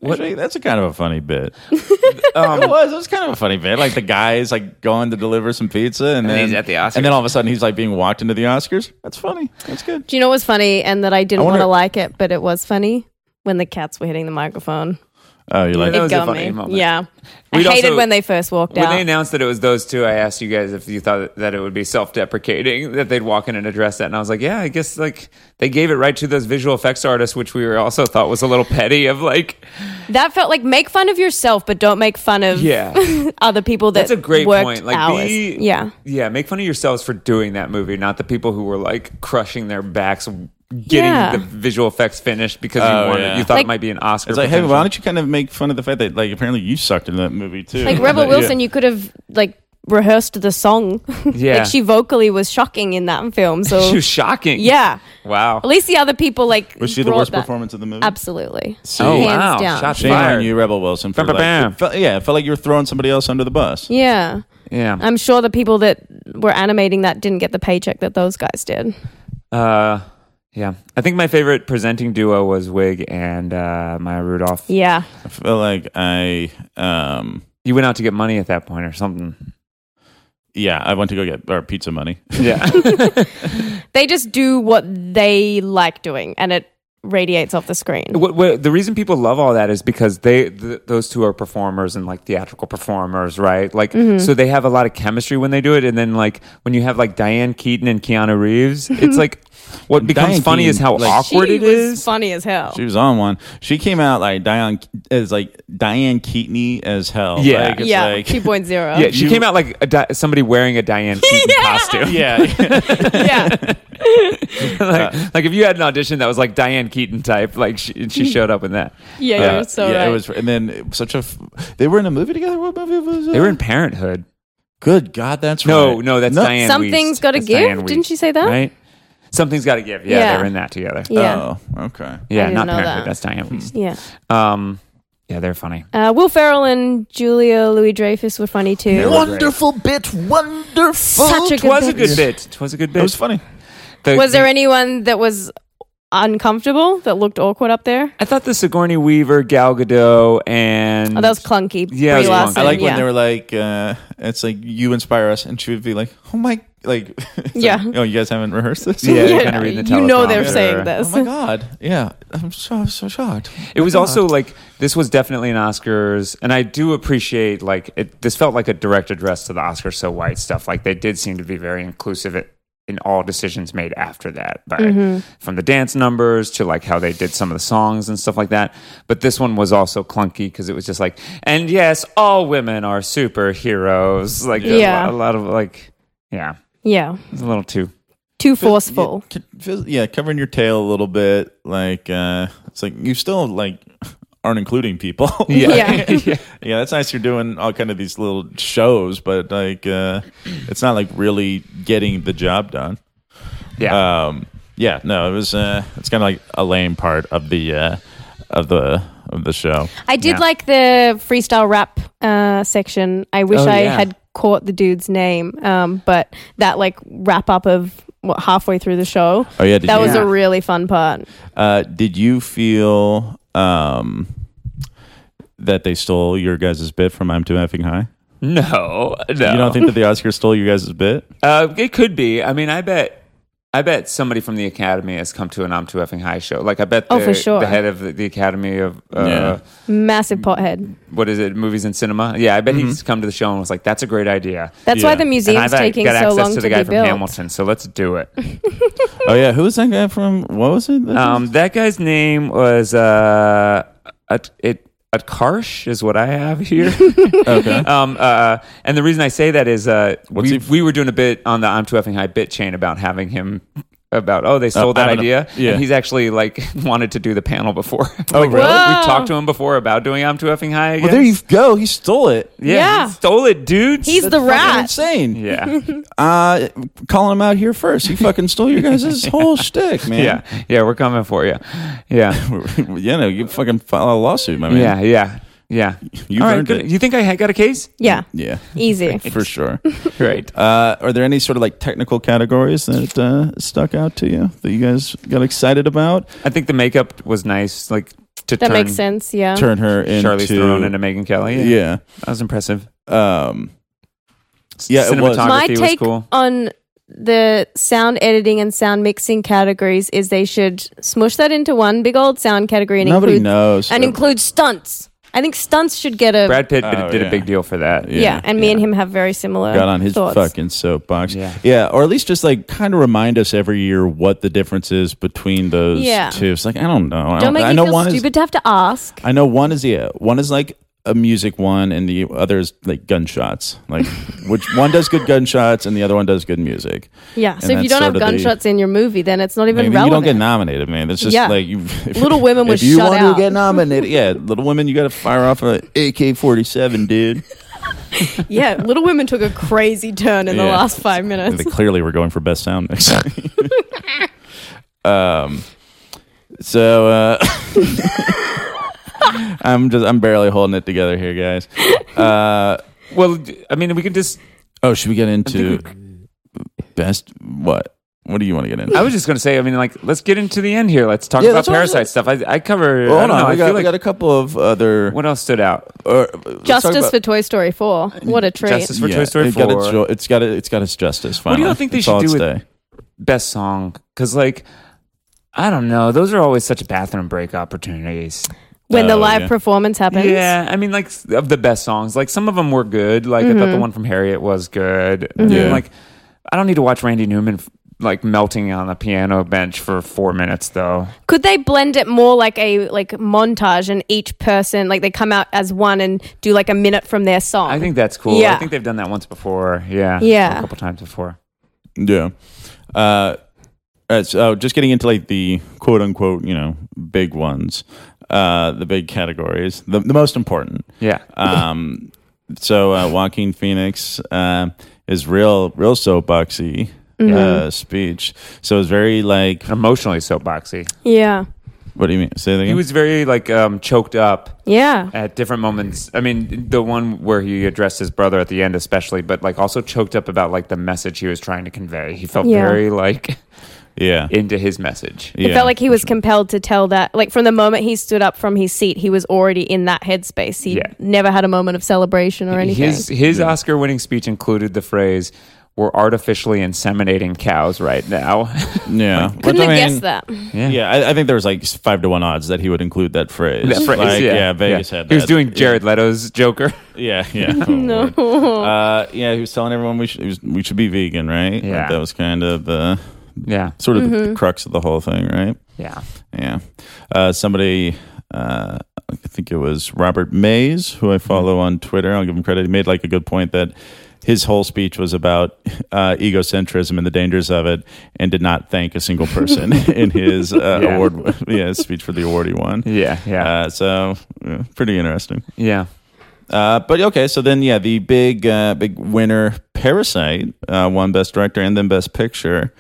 actually, that's a kind of a funny (laughs) bit. it Um, was. It was kind of a funny bit. Like the guy's like going to deliver some pizza, and, then he's at the Oscars. and then all of a sudden he's like being walked into the Oscars. That's funny. That's good. Do you know what was funny and that I didn't I wonder- want to like it, but it was funny? When the cats were hitting the microphone. Oh, you like? That It was a got funny me. moment. Yeah. We'd I hated also- when they first walked when out. they announced that it was those two, I asked you guys if you thought that it would be self-deprecating that they'd walk in and address that, and I was like, "Yeah, I guess like they gave it right to those visual effects artists, which we were also thought was a little petty of like, That felt like make fun of yourself, but don't make fun of Yeah. (laughs) other people that That's a great worked point. Like, hours. be- yeah, yeah, make fun of yourselves for doing that movie, not the people who were like crushing their backs getting Yeah. the visual effects finished because you Oh, wanted, yeah. you thought Like- it might be an Oscar. It's like, hey, why potential. don't you kind of make fun of the fact that like apparently you sucked in that movie too? Like Rebel Wilson, you could have like rehearsed the song. (laughs) Yeah. like she vocally was shocking in that film. (laughs) (laughs) She So was shocking. yeah, Wow. at least the other people like was she the brought worst that. performance of the movie? Absolutely. See? oh Hands wow. down. Shots Shame fired. on you, Rebel Wilson. For Bam, like, bam. it felt- yeah, it felt like you were throwing somebody else under the bus. Yeah. Yeah. I'm sure the people that were animating that didn't get the paycheck that those guys did. Uh, yeah. I think my favorite presenting duo was Wig and uh, Maya Rudolph. Yeah. I feel like I, um, You went out to get money at that point or something. yeah, I went to go get our pizza money. (laughs) Yeah. They just do what they like doing and it radiates off the screen. what, what, the reason people love all that is because they th- those two are performers and like theatrical performers, right? Like, Mm-hmm. so they have a lot of chemistry when they do it. And then like when you have like Diane Keaton and Keanu (laughs) Reeves, it's like what becomes Diane funny is Keaton, how like- awkward she it was is. funny as hell. She was on one. She came out like Diane as like Diane Keatney as hell. Yeah. like, it's yeah. like- (laughs) (laughs) (laughs) 2.0. yeah, she You- came out like a di- somebody wearing a (laughs) Diane Keaton costume. (laughs) yeah. yeah. like, like if you had an audition that was like Diane Keaton type, like she, Mm-hmm. she showed up in that. (laughs) Yeah, Uh, you're so yeah, (laughs) right. it was, and then it was such a. F- they were in a movie together. What movie was it? They were in Parenthood. Good God, that's No, right. no, that's Diane. Something's Wiest. gotta That's give? Diane Wiest, Didn't she say that? Right. Something's got to give. Yeah, Yeah. they're in that together. Yeah, yeah. Oh, okay. didn't not know Parenthood. that. That's Diane Wiest. Yeah. Um, yeah, they're funny. Uh, Will Ferrell and Julia Louis Dreyfus were funny too. Wonderful bit, wonderful. Such a It was a bit. good bit. It was a good It bit. was funny. The- Was there anyone that was uncomfortable that looked awkward up there? I thought the Sigourney Weaver, Gal Gadot, and Oh, that was clunky. Yeah, it was Brie Larson, clunky. I like yeah. when they were like, uh, "It's like you inspire us," and she would be like, "Oh my, like, (laughs) it's like, Yeah. oh, you guys haven't rehearsed this." Yeah, (laughs) Yeah, kind of reading the you know teleprompter. they're saying Oh this. my god! Yeah, I'm so so shocked. It was God. also like this was definitely an Oscars, and I do appreciate like it, this felt like a direct address to the Oscars so white stuff. Like they did seem to be very inclusive at, in all decisions made after that, by, from the dance numbers to like how they did some of the songs and stuff like that. But this one was also clunky because it was just like, and yes, all women are superheroes. Like a Yeah. lot- a lot of like, yeah, yeah, it's a little too. too forceful. Yeah, c- feels- yeah, covering your tail a little bit. Like uh, it's like you still like aren't including people. (laughs) Yeah. (laughs) yeah. yeah, that's nice. You're doing all kind of these little shows, but like uh, it's not like really getting the job done. yeah. Um, yeah, no, it was. Uh, it's kind of like a lame part of the uh, of the of the show. I did Yeah. like the freestyle rap uh, section. I wish Oh, I yeah. had caught the dude's name, um, but that like wrap up of what, halfway through the show. Oh yeah, did That you, was Yeah. a really fun part. uh, did you feel um, that they stole your guys' bit from "I'm Too Effing High"? No, no. You don't think that the Oscars stole your guys' bit? Uh, it could be. I mean, I bet. I bet somebody from the Academy has come to an I'm Too Effing High show. Like, I bet the, Oh, for sure. the head of the, the Academy of, uh, Yeah. Massive pothead. what is it, movies and cinema? Yeah, I bet he's come to the show and was like, that's a great idea. That's Yeah. why And the and museum's I've uh, taking got so access long to to, the be guy from built. Hamilton, so let's do it. (laughs) Oh yeah, who was that guy from? What was it? Um, that guy's name was uh, at, it, at Karsh, is what I have here. (laughs) okay. Um, uh, and the reason I say that is uh, What's we, he- we were doing a bit on the I'm Too Effing High bit chain about having him about oh they stole Uh, that having a- idea yeah. and he's actually like (laughs) wanted to do the panel before. (laughs) oh really? We've talked to him before about doing I'm Too Effing High. Again. Well, there you go. He stole it. yeah, Yeah. he stole it, dudes. He's the Fucking rat. insane. (laughs) (laughs) yeah, Uh, calling him out here first. He fucking stole your (laughs) guys' whole shtick, man. yeah, yeah. We're coming for you. Yeah, (laughs) you know, you fucking file a lawsuit, my man. yeah, yeah, yeah. You've All right, earned good. it. You think I had- got a (laughs) case? Yeah, Yeah. (laughs) easy. For sure. Great. Uh, are there any sort of like technical categories that uh, stuck out to you that you guys got excited about? I think the makeup was nice. Like to That turn makes sense. Yeah. Turn her into Charlize Theron into Megan Kelly. Yeah, yeah. that was impressive. Um, Yeah, it was. cinematography My was, take cool. on the sound editing and sound mixing categories is they should smush that into one big old sound category and nobody include knows. and include stunts. I think stunts should get a Brad Pitt Oh, did yeah. a big deal for that. yeah, and me and him have very similar got on his thoughts. fucking soapbox. Yeah. or at least just like kind of remind us every year what the difference is between those Yeah. two. It's like I don't know. I, Don't don't, make I me know feel one stupid is to have to ask. I know one is yeah, one is like a music one and the other is like gunshots. (laughs) Like which one does good gunshots and the other one does good music. Yeah. So And if that's you don't have sort of the- gunshots in your movie, then it's not even Maybe you relevant. don't get nominated, man. It's just Yeah. like you, (laughs) if, Little Women was If you shut want out. to get nominated, yeah, Little Women, you got to fire off a AK forty seven, dude. (laughs) yeah. Little Women took a crazy turn in the Yeah. last five And they minutes. clearly were going for best (laughs) sound mix. um, so uh, (laughs) I'm just I'm barely holding it together here, guys. Uh, Well, I mean, we can just. oh, should we get into best what? What do you want to get into? I was just going to say. I mean, like, let's get into the end here. Let's talk Yeah, about that's what I was- parasite stuff. I, I cover. Well, I hold don't on, know. we I got, feel we like got a couple of other. what else stood out? or, uh, let's talk Justice about- for Toy Story 4. What a treat. Justice for Toy Story it got its, four. jo- it's got it, it's got its justice. What do Finally. y'all think they It's should all do its with- day. Best song, because like. I don't know. Those are always such bathroom break opportunities. when the Oh, live yeah. performance happens. Yeah, I mean, like s- of the best songs, like some of them were good. Like I thought Mm-hmm. the one from Harriet was good. And Yeah. then, like I don't need to watch Randy Newman f- like melting on a piano bench for four minutes though. Could they blend it more like a like montage and each person like they come out as one and do like a minute from their song? I think that's cool. Oh. Yeah. I think they've done that once before. Yeah, Yeah. a couple times before. Yeah. Uh, all right, so oh, just getting into like the quote unquote, you know, big ones, uh, the big categories, the, the most important. Yeah, Um, so uh, Joaquin Phoenix uh, is real, real soapboxy Mm-hmm. uh, speech. So it's very like, emotionally soapboxy. yeah. what do you mean? Say that He again. was very like um, choked up Yeah. at different moments. I mean, the one where he addressed his brother at the end, especially, but like also choked up about like the message he was trying to convey. He felt Yeah. very like (laughs) yeah. into his message. It Yeah. felt like he was compelled to tell that. Like from the moment he stood up from his seat, he was already in that headspace. He Yeah. never had a moment of celebration or anything. His his Oscar winning speech included the phrase "We're artificially inseminating cows right now." (laughs) Yeah. Which, Couldn't I have mean, guessed that. Yeah, I, I think there was like five to one odds that he would include that phrase. That phrase, Like, yeah, Vegas yeah. had. He was that. doing Jared Leto's (laughs) Joker. Yeah, (laughs) yeah. no. Uh, yeah, he was telling everyone we should he was, we should be vegan, right? Yeah. Mm-hmm. Like, that was kind of the Yeah, sort of the, the crux of the whole thing, right? yeah. Yeah. Uh, somebody, uh, I think it was Robert Mays, who Mm-hmm. I follow on Twitter. I'll give him credit. He made like a good point that his whole speech was about uh, egocentrism and the dangers of it, and did not thank a (laughs) single person in his uh, Yeah. award. Yeah, his speech for the award he won. Yeah, yeah, Uh, so yeah, pretty interesting. yeah. Uh, but okay, so then yeah, the big uh, big winner, Parasite, uh, won Best Director and then Best Picture.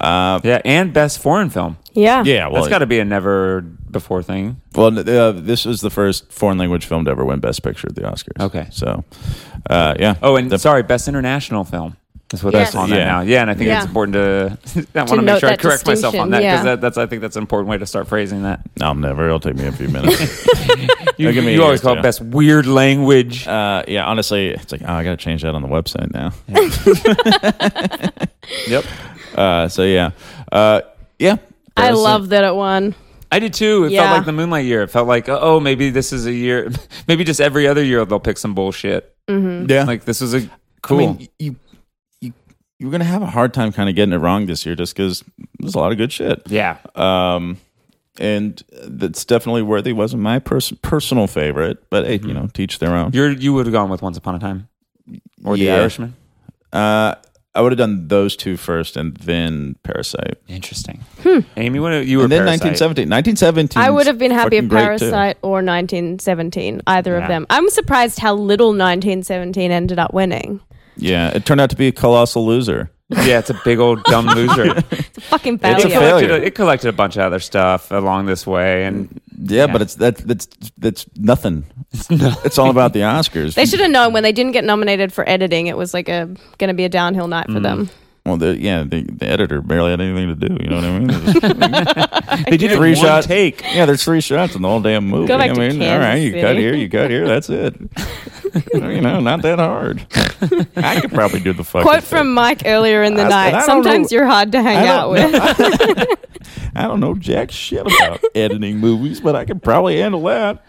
Uh, Yeah, and best foreign film. Yeah. yeah, well, That's got to be a never before thing. well, uh, this was the first foreign language film to ever win Best Picture at the Oscars. Okay. so uh, yeah. Oh, and The- sorry, best international film. That's what Yes. that's on that Yeah. now. Yeah, and I think Yeah. it's important to. (laughs) I To want to note make sure I that correct myself on distinction, that because yeah. that, that's I think that's an important way to start phrasing that. I'm never. It'll take me a (laughs) few minutes. You, give me you always a year or call two. it best weird language. uh, yeah, honestly, it's like oh, I gotta change that on the website now. (laughs) yep. Uh, so yeah, uh, yeah. I Parasite. love that it won. I did too. It Yeah. felt like the Moonlight year. It felt like, oh, maybe this is a year. (laughs) Maybe just every other year they'll pick some bullshit. Yeah, Like this was a cool. I mean, you you you're gonna have a hard time kind of getting it wrong this year, just because there's a lot of good shit. yeah, Um, and that's definitely worthy. Wasn't my pers- personal favorite, but hey, Mm-hmm. you know, teach their own. you're you would have gone with Once Upon a Time or Yeah. The Irishman. Uh, I would have done those two first, and then Parasite, Interesting. Amy, what you were and then Parasite. 1917. 1917. I would have been happy if fucking great, too. Parasite or 1917, either Yeah. of them. I'm surprised how little 1917 ended up winning. Yeah, it turned out to be a colossal loser. Yeah, it's a big old (laughs) dumb loser. It's a fucking It's a failure. it, collected failure. a, it collected a bunch of other stuff along this way, and Yeah. Yeah, but it's that that's that's (laughs) nothing. It's all about the Oscars. they should have known when they didn't get nominated for editing, it was like a going to be a downhill night Mm. for them. well, the, yeah, the, the editor barely had anything to do. You know what I mean? It was- they did three one shots. take. Yeah, there's three shots in the whole damn movie. Go back I to mean, Kansas all right, you cut City. here, you cut here. That's it. (laughs) you know, not that hard. I could probably do the fucking Quote thing. from Mike earlier in the I- and I night. don't Sometimes know- you're hard to hang I out don't with. I don't know jack shit about editing movies, but I could probably handle that.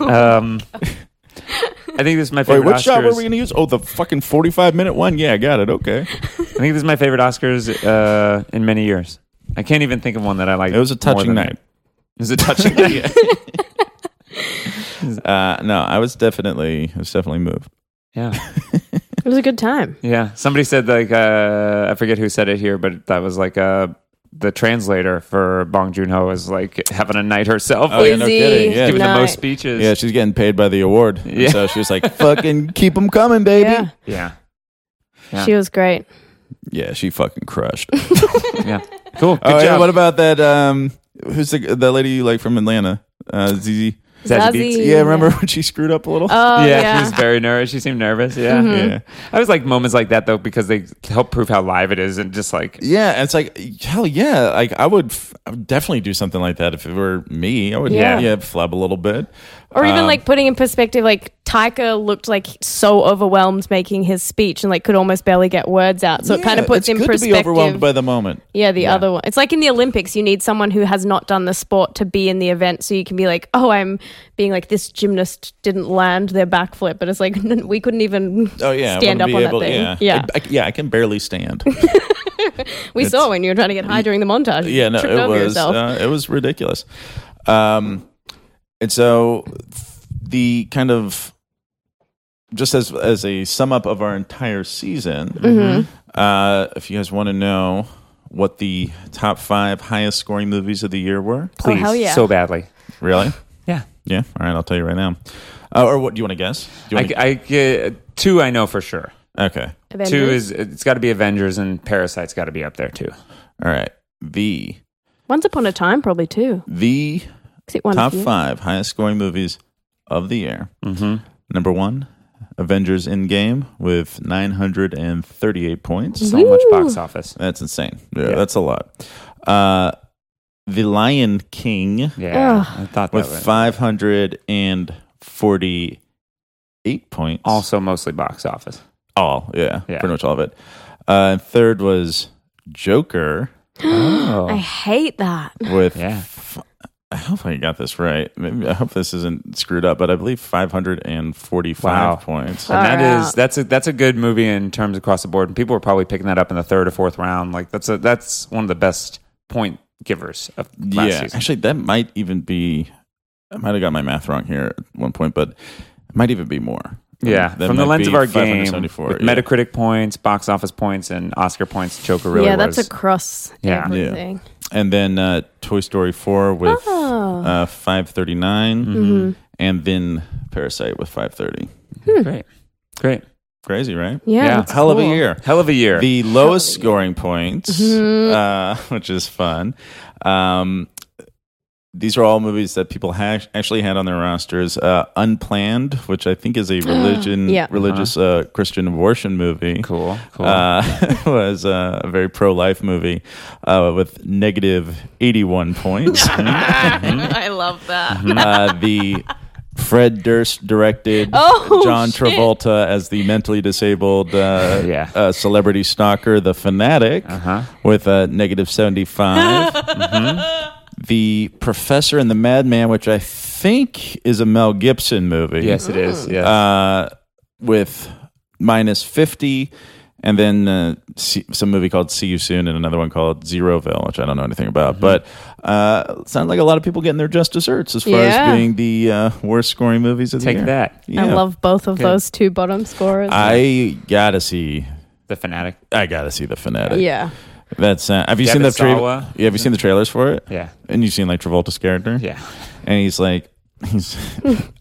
Um, I think this is my Wait, favorite. which Oscars. shot were we going to use? Oh, the fucking 45 minute one. Yeah, I got it. Okay. I think this is my favorite Oscars uh, in many years. I can't even think of one that I like. It was a touching night. It was a touching night. Uh, no, I was definitely, I was definitely moved. Yeah. (laughs) It was a good time. Yeah. Somebody said like uh, I forget who said it here, but that was like uh, the translator for Bong Joon Ho is like having a night herself. Oh, yeah, like, no Izzy, kidding. Yeah. giving the night. most speeches. Yeah, she's getting paid by the award, Yeah. so she was like, "Fucking keep them coming, baby." Yeah. (laughs) Yeah. Yeah. She was great. Yeah, she fucking crushed. Yeah. Cool. Good Oh, yeah, job. what about that? Um, who's the the lady you like from Atlanta? Uh, ZZ. Zazie Zazie. Beetz. Yeah, remember when she screwed up a little? (laughs) Oh, yeah, yeah. Mm-hmm. she was very nervous. She seemed nervous. Yeah. Yeah. I was like moments like that though because they help prove how live it is and just like Yeah, and it's like hell yeah. Like I would, f- I would definitely do something like that if it were me. I would yeah, Yeah. yeah flub a little bit. Or even Um, like putting in perspective, like Tyker looked like so overwhelmed making his speech and like could almost barely get words out. So it kind Yeah, of puts it's in good perspective. to be overwhelmed by the moment. yeah, the other one. It's like in the Olympics, you need someone who has not done the sport to be in the event, so you can be like, "Oh, I'm being like this gymnast didn't land their backflip," but it's like (laughs) we couldn't even Oh yeah, I stand up wouldn't on be that able- thing. Yeah, Yeah, I, I, yeah, I can barely stand. we saw when you were trying to get high during the montage. yeah, no, tripped it over was yourself. uh, it was ridiculous. Um, and so the kind of just as as a sum up of our entire season, Mm-hmm. uh, if you guys want to know what the top five highest scoring movies of the year were, please Oh, hell yeah. so badly. (sighs) really? Yeah. Yeah. All right, I'll tell you right now. Uh, or what do you want to guess? Do you I, wanna, I get two I know for sure. okay. Two Avengers. uh, is it's got to be Avengers and Parasite's got to be up there too. All right. The Once Upon a Time, probably too. the 'cause it won a top few. five highest scoring movies of the year. Mm-hmm. Number one, Avengers Endgame with 938 points. So much box office. That's insane. Yeah, that's a lot. Uh, the Lion King Yeah, Ugh. I thought that with was 548 points. also mostly box (gasps) office. All, yeah, Yeah. pretty much all of it. Uh, and third was Joker Oh, I hate that. with (laughs) yeah. I hope I got this right. Maybe, I hope this isn't screwed up, but I believe 545 Wow. points. And that Far is out. that's a that's a good movie in terms across the board. And people were probably picking that up in the third or fourth round. Like that's a that's one of the best point givers of last yeah, season. actually, that might even be. I might have got my math wrong here at one point, but it might even be more. Yeah, That from the might lens be of our game, with 574, yeah. Metacritic points, box office points, and Oscar points, Joker really yeah, was. that's across Yeah. Yeah. everything. and then uh, Toy Story 4 with Oh. uh, Hmm. 539, Mm-hmm. and then Parasite with 530. great, great, Crazy, right? Yeah, Yeah. Hmm. that's Hell of a cool. (laughs) year. hell of a year. The lowest scoring points, uh, (laughs) which is fun. Um, these are all movies that people ha- actually had on their rosters. Uh, Unplanned, which I think is a religion, Yeah. religious uh, Christian abortion movie. cool, cool. Uh, (laughs) was uh, a very pro-life movie uh, with negative 81 points. (laughs) Mm-hmm. I love that. uh, the Fred Durst directed (laughs) Oh, John shit. Travolta as the mentally disabled uh, (laughs) Yeah. Uh-huh. uh, celebrity stalker, the fanatic, with a negative 75. Mm-hmm. The Professor and the Madman, which I think is a Mel Gibson movie, yes, it is. Yeah, uh, with minus 50. And then uh, see, some movie called See You Soon and another one called Zeroville, which I don't know anything Mm-hmm. about. But uh, it sounded like a lot of people getting their just desserts as far Yeah. as being the uh, worst scoring movies of Take the year. that. I Yeah. love both of those two bottom scorers. I gotta see. the fanatic. I gotta see the fanatic. yeah. that's. Uh, have you Devin seen the trailer? Sawa. Yeah, have you seen the trailers for it? Yeah, and you've seen like Travolta's character. yeah, (laughs) and he's like, (laughs) he's.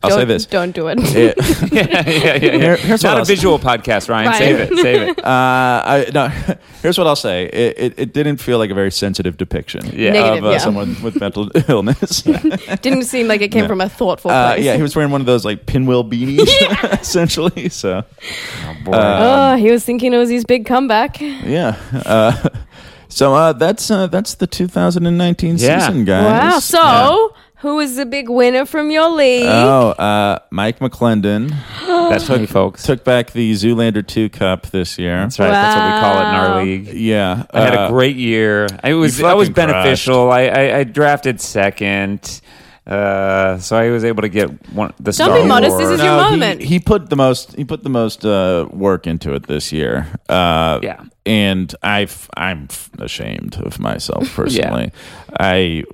I'll don't, say (laughs) this. Don't do (laughs) it. It- yeah, yeah, yeah. Here- here's what Not I'll a say. visual podcast, Ryan. Ryan. Save it, save (laughs) it. uh, I, no, (laughs) here's what I'll say. It, it, it didn't feel like a very sensitive depiction Yeah. of Negative, uh, yeah. someone with mental (laughs) (laughs) illness. Didn't seem like it came from a thoughtful Uh, place. yeah, he was wearing one of those like pinwheel (laughs) beanies, (laughs) essentially. So Oh, boy. um, oh, he was thinking it was his big comeback. yeah. Uh, so uh, that's uh, that's the 2019 Yeah. season, guys. Wow. So, Yeah. who is the big winner from your league? Oh, uh, Mike McClendon that's me, folks. took back the Zoolander 2 Cup this year. That's right. That's what we call it in our Wow. league. Yeah. I had a uh, great year. I was you I was fucking beneficial. I, I I drafted second, uh, so I was able to get one. The Don't be Star modest, this Wars. is your he- moment. He, put the most he put the most uh, work into it this year. Uh, Yeah. (laughs) and I I'm f- ashamed of myself personally. I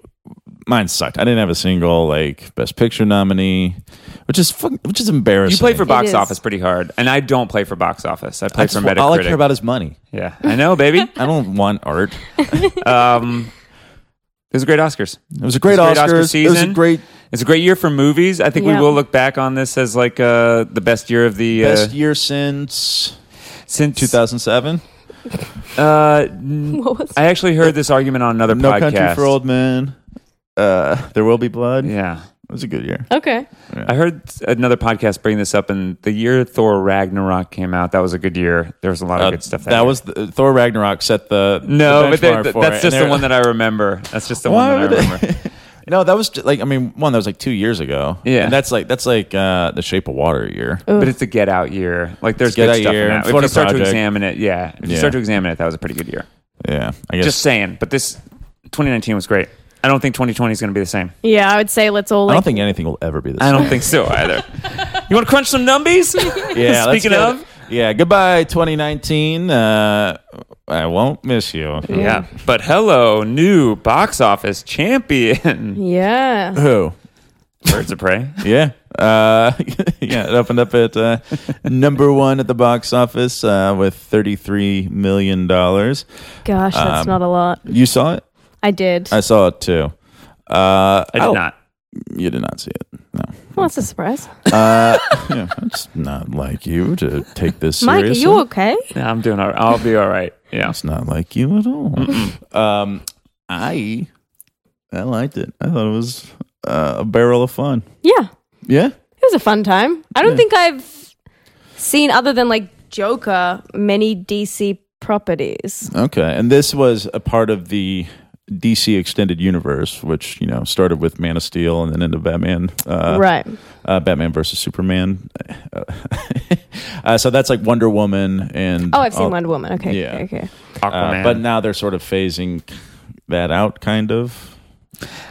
mine sucked. I didn't have a single like best picture nominee, which is fucking, which is embarrassing. You play for box is. office pretty hard, and I don't play for box office. I play I for just, Metacritic. all I care about is money. yeah, I know, (laughs) baby. I don't want art. It Um, it was a great Oscars. was a great, It was a Oscars. great Oscar It was a season. great It's a great year for movies. I think Yeah. we will look back on this as like uh, the best year of the uh, best year since since 2007. Uh, (laughs) n- (laughs) What was I actually heard this argument on another No podcast. Country for Old Men. Uh, there will be blood. yeah. It was a good year. Okay. I heard another podcast bring this up, and the year Thor Ragnarok came out, that was a good year. There was a lot of Uh, good stuff. that was the, Thor Ragnarok set the no, the but they- benchmark th- for that's it, just and the one they're- that I remember. That's just the Why one would that I they- remember. (laughs) no, that was ju- like I mean one that was like two years ago. Yeah. and that's like that's like uh, the Shape of Water year. but it's a Get Out year. Like there's Get good Out stuff year, in that. If Florida you start Project. to examine it, yeah. If you Yeah. start to examine it, that was a pretty good year. Yeah, I guess. Just saying. But this 2019 was great. I don't think 2020 is going to be the same. Yeah, I would say let's all I don't like think anything will ever be the I same. don't think so (laughs) either. you want to crunch some numbies? (laughs) Yeah, let's Speaking get- of. yeah, goodbye 2019. Uh, I won't miss you. Yeah. But hello, new box office (laughs) champion. Yeah. Who? Birds of Prey. Yeah. Uh, (laughs) yeah, it opened up at uh, (laughs) number one at the box office uh, with $33 million. Gosh, Um, that's not a lot. You saw it? I did. I saw it too. Uh, I did not. You did not see it. No. well, that's a surprise. Uh, (laughs) yeah, it's not like you to take this Mike, are seriously. you okay? No, I'm doing all right. I'll be all right. Yeah. It's not like you at all. Um, I I liked it. I thought it was uh, a barrel of fun. Yeah. Yeah. It was a fun time. I don't think I've seen other than like Joker many DC properties. Okay. And this was a part of the DC extended universe, which you know started with Man of Steel and then into Batman. Uh, right. Uh, Batman versus Superman. (laughs) uh, so that's like Wonder Woman and Oh, I've seen all- Wonder Woman. Okay. yeah. Okay. okay. Aquaman. (laughs) Uh, but now they're sort of phasing that out, kind of.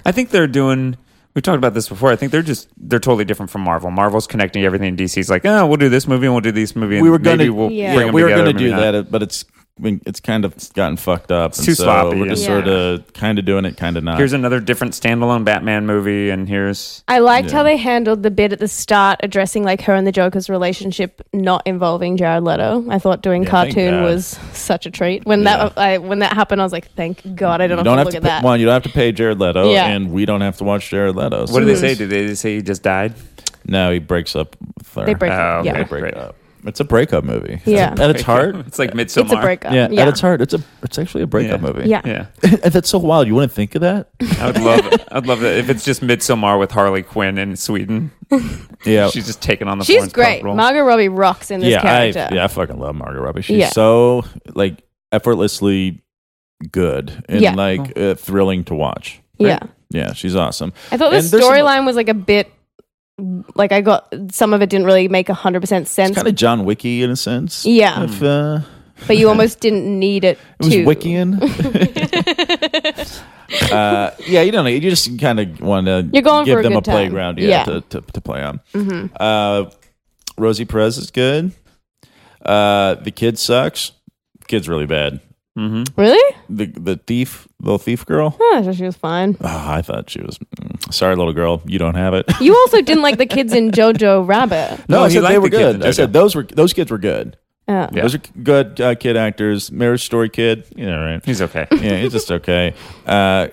I think they're doing. We talked about this before. I think they're just they're totally different from Marvel. Marvel's connecting everything. DC's like, oh, we'll do this movie and we'll do this movie. And We were maybe gonna- we'll Yeah. bring Yeah, them we were together, going to maybe do not. that, but it's I mean, it's kind of gotten fucked up. and too so sloppy, We're yeah. just Yeah. sort of kind of doing it, kind of not. Here's another different standalone Batman movie, and here's I liked Yeah. how they handled the bit at the start addressing like her and the Joker's relationship not involving Jared Leto. I thought doing Yeah, thank cartoon God. was such a treat. When that I, when that happened, I was like, thank God I you don't don't have to have look to at pay, that. one. You don't have to pay Jared Leto, Yeah. and we don't have to watch Jared Leto. what so do they say? Do they say he just died? No, he breaks up. With her. They break up. Oh, yeah. (laughs) They okay. break Great. up. It's a breakup movie. Yeah. At (laughs) its heart. (laughs) it's like Midsommar. It's a breakup. Yeah, at its heart, it's a it's actually a breakup Yeah. movie. Yeah. Yeah, (laughs) And that's so wild. You wouldn't think of that? I would love. I'd love that if it's just Midsommar with Harley Quinn in Sweden. Yeah, She's just taking on the. She's Florence Pugh great. role. Margot Robbie rocks in this yeah, character. I, yeah, I fucking love Margot Robbie. She's Yeah. so like effortlessly good and Yeah. like Mm-hmm. uh, thrilling to watch. Yeah. Yeah, she's awesome. I thought the And there's some- storyline was like a bit like I got some of it didn't really make 100% sense, It's kind of John Wicky in a sense. Yeah. If, uh, (laughs) but you almost didn't need it, it was to. (laughs) Wickian. uh, yeah, you don't know. You just kind of want to You're going give for a them good a time. playground yeah, Yeah. To, to, to play on. Uh, Rosie Perez is good. Uh, the kid sucks. Kid's really bad. Mm-hmm. Really? The the thief, little thief girl. Oh, so she was fine. Oh, I thought she was. mm, Sorry, little girl, you don't have it. You also didn't like the kids in Jojo (laughs) Rabbit. Oh, No, No, I he said they liked were the kids in good. I said JoJo. those were those kids were good. Yeah. Yeah. Those are good uh, kid actors. Marriage Story kid, yeah, right. He's okay. Yeah, he's just okay. Uh,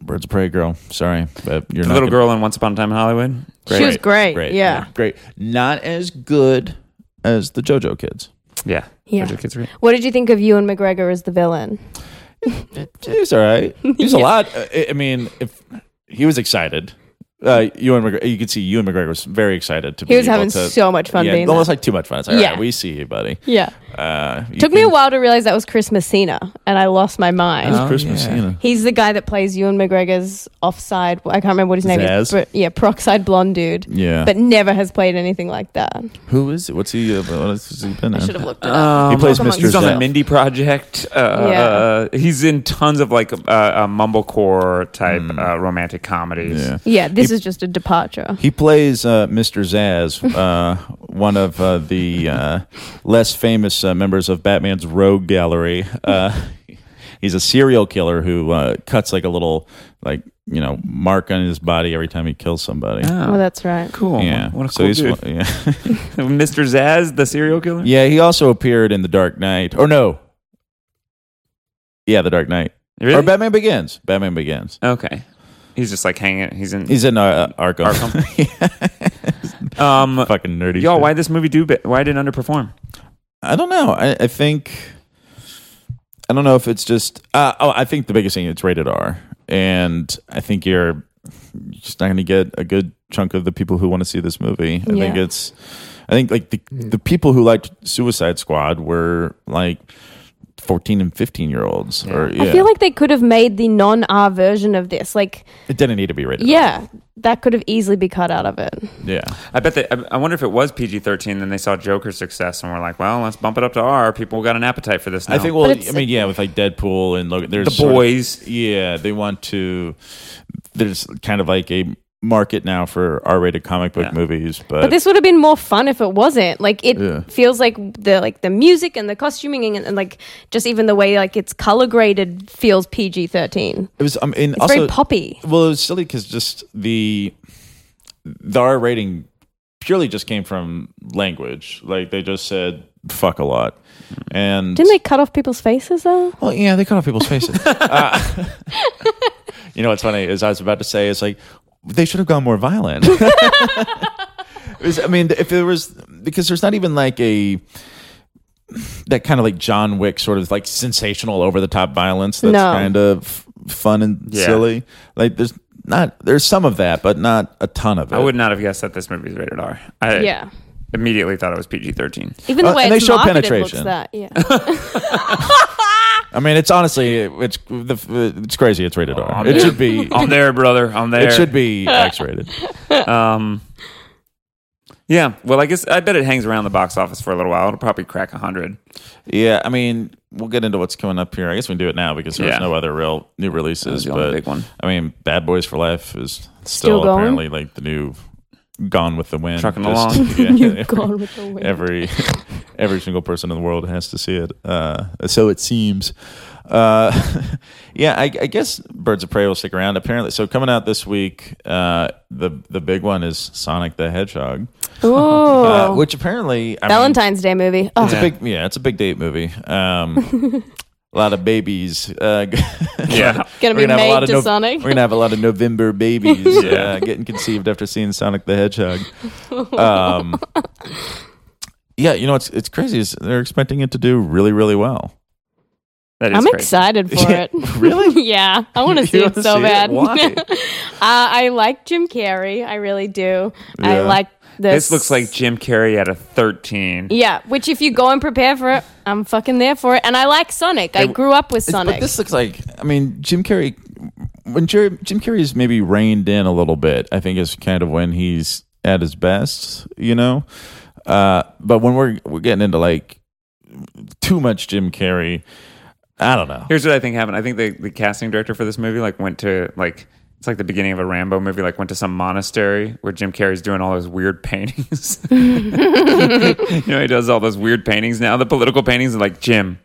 Birds of Prey girl, sorry, but you're The not little gonna- girl in Once Upon a Time in Hollywood. She was great. Yeah. great. Not as good as the JoJo kids. Yeah. Yeah. Those are kids are great. What did you think of Ewan McGregor as the villain? He's all (laughs) right. He's a lot. uh, I- I mean, if he was excited. Uh, Ewan McGregor, you could see Ewan McGregor was very excited to be He was able having to- so much fun yeah, being almost that. like too much fun. It's like, all Yeah. right, we see you, buddy. Yeah. Uh, you Took me a can- Uh-huh. while to realize that was Chris Messina, and I lost my mind. Oh, Christmas, yeah. you know. He's the guy that plays Ewan McGregor's offside. I can't remember what his name Zaz? is. But yeah, peroxide blonde dude. Yeah. But never has played anything like that. Who is it? What's he? Uh, what has he been I in? should have looked it up. Um, He plays Come on, Mr. He's on the Zell. Mindy Project. Uh, Yeah. uh, he's in tons of like uh, uh, mumblecore type uh, romantic comedies. Hmm. Yeah. Yeah, this is just a departure. He plays uh, Mr. Zaz, uh, (laughs) one of uh, the uh, (laughs) less famous uh, members of Batman's Rogue Gallery. Uh, He's a serial killer who uh, cuts like a little like you know mark on his body every time he kills somebody. Oh, that's right. cool. Yeah, What a cool so (laughs) he's dude. yeah. Mr. Zaz, the serial killer? Yeah, he also appeared in The Dark Knight. Or no. Yeah, The Dark Knight. Really? Oh. Or Batman Begins. Batman Begins. okay. He's just like hanging. He's in. He's in uh, Arkham. (laughs) um, Fucking nerdy. y'all, shit. why this movie do? Ba- why did it underperform? I don't know. I, I think. I don't know if it's just. Uh, oh, I think the biggest thing it's rated R, and I think you're just not going to get a good chunk of the people who want to see this movie. I think Yeah. it's. I think like the the people who liked Suicide Squad were like fourteen and fifteen year olds. Or yeah, I feel like they could have made the non R version of this. Like, it didn't need to be rated. yeah, that could have easily be cut out of it. R. yeah. I bet that. I- I wonder if it was PG thirteen. Then they saw Joker's success and were like, "Well, let's bump it up to R." People got an appetite for this. Now. I think. Well, But it's- I mean, yeah, with like Deadpool and Logan, there's the sort of- boys. yeah, they want to. There's kind of like a market now for R-rated comic book Yeah. movies, but, But this would have been more fun if it wasn't. Like it Yeah. feels like the like the music and the costuming and, and like just even the way like it's color graded feels PG thirteen. it was. I mean, It's also, very poppy. well, it was silly because just the the R rating purely just came from language. Like they just said fuck a lot, and Didn't they cut off people's faces though? Well, yeah, they cut off (laughs) people's faces. Uh, (laughs) you know what's funny is I was about to say is like they should have gone more violent. (laughs) It was- I mean, if there was because there's not even like a that kind of like John Wick sort of like sensational over the top violence that's No. kind of fun and Yeah. silly. Like there's not there's some of that, but not a ton of it. I would not have guessed that this movie's rated R. I Yeah. immediately thought it was PG thirteen. Even Uh, the way and they it's show marketed penetration. looks that. Yeah. I mean, it's honestly it's the it's crazy. It's rated R. I'm It there. (laughs) should be. I'm there, brother. I'm Oh, there. It should be X rated. Um, yeah. Well, I guess I bet it hangs around the box office for a little while. It'll probably crack hundred. Yeah, I mean, we'll get into what's coming up here. I guess we can do it now because there's Yeah. no other real new releases. That was the only But big one. I mean, Bad Boys for Life is still, going? apparently like the new Gone with the Wind. Trucking (laughs) (laughs) (laughs) yeah, You've gone with the wind. every (laughs) every single person in the world has to see it. Uh, so it seems. Uh, (laughs) yeah, I, I guess Birds of Prey will stick around. Apparently, so coming out this week, uh, the the big one is Sonic the Hedgehog, Ooh. uh, which apparently I mean, Oh. Valentine's Day movie. Oh, it's a big yeah, it's a big date movie. Um, (laughs) a lot of babies. Uh, (laughs) (laughs) Yeah. gonna be made lot of to Nov- Sonic. We're gonna have a lot of November (laughs) babies Yeah. uh, getting conceived after seeing Sonic the (laughs) Hedgehog. Um, yeah, you know it's it's crazy. Is they're expecting it to do really really well. That is I'm crazy. excited (laughs) for Yeah, it. really? (laughs) yeah, I want (laughs) to You see it wanna so see it? bad. Why? (laughs) uh, I like Jim Carrey. I really do. I Yeah. like this. This looks like Jim Carrey at a thirteen. Yeah, which if you go and prepare for it, I'm fucking there for it. And I like Sonic. I grew up with It's- Sonic. But this looks like I mean Jim Carrey. When Jer- Jim Carrey is maybe reined in a little bit, I think is kind of when he's at his best. You know, uh, but when we're we're getting into like too much Jim Carrey, I don't know. Here's what I think happened. I think the, the casting director for this movie like went to like it's like the beginning of a Rambo movie. Like went to some monastery where Jim Carrey's doing all those weird (laughs) (laughs) paintings. you know he does all those weird paintings now. The political paintings are like Jim,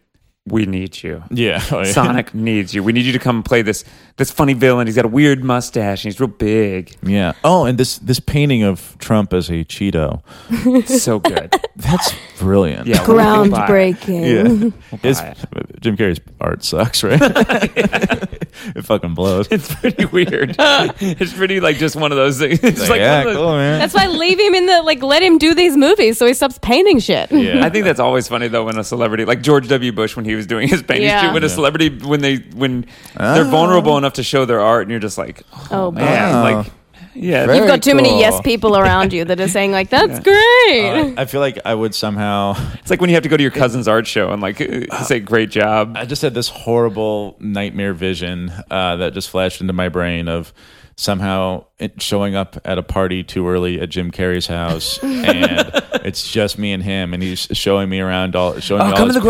we need you. Yeah, (laughs) (laughs) Sonic needs you. We need you to come play this this funny villain. He's got a weird mustache and he's real big. Yeah. Oh, and this this painting of Trump as a Cheeto. It's so good. That's brilliant. Yeah. (laughs) Yeah. Groundbreaking. His- buy Jim Carrey's art (laughs) sucks, right? (laughs) it fucking blows. It's pretty weird. it's pretty like just one of those things. It's like yeah, one of those- cool, man. That's why leave him in the like let him do these movies so he stops painting shit. (laughs) yeah. I think that's always funny though when a celebrity like George W. Bush when he was doing his paintings Yeah. too, when a celebrity when they when they're vulnerable enough to show their art and you're just like, oh, Oh, man. man, Oh. like yeah, Very You've got too cool. many yes people around you that are saying (laughs) like that's great. I feel like I would somehow. it's like when you have to go to your cousin's art show and like uh, say great job. I just had this horrible nightmare vision uh, that just flashed into my brain of somehow it showing up at a party too early at Jim Carrey's (laughs) house, and it's just me and him, and he's showing me around all showing me all his paintings. Oh,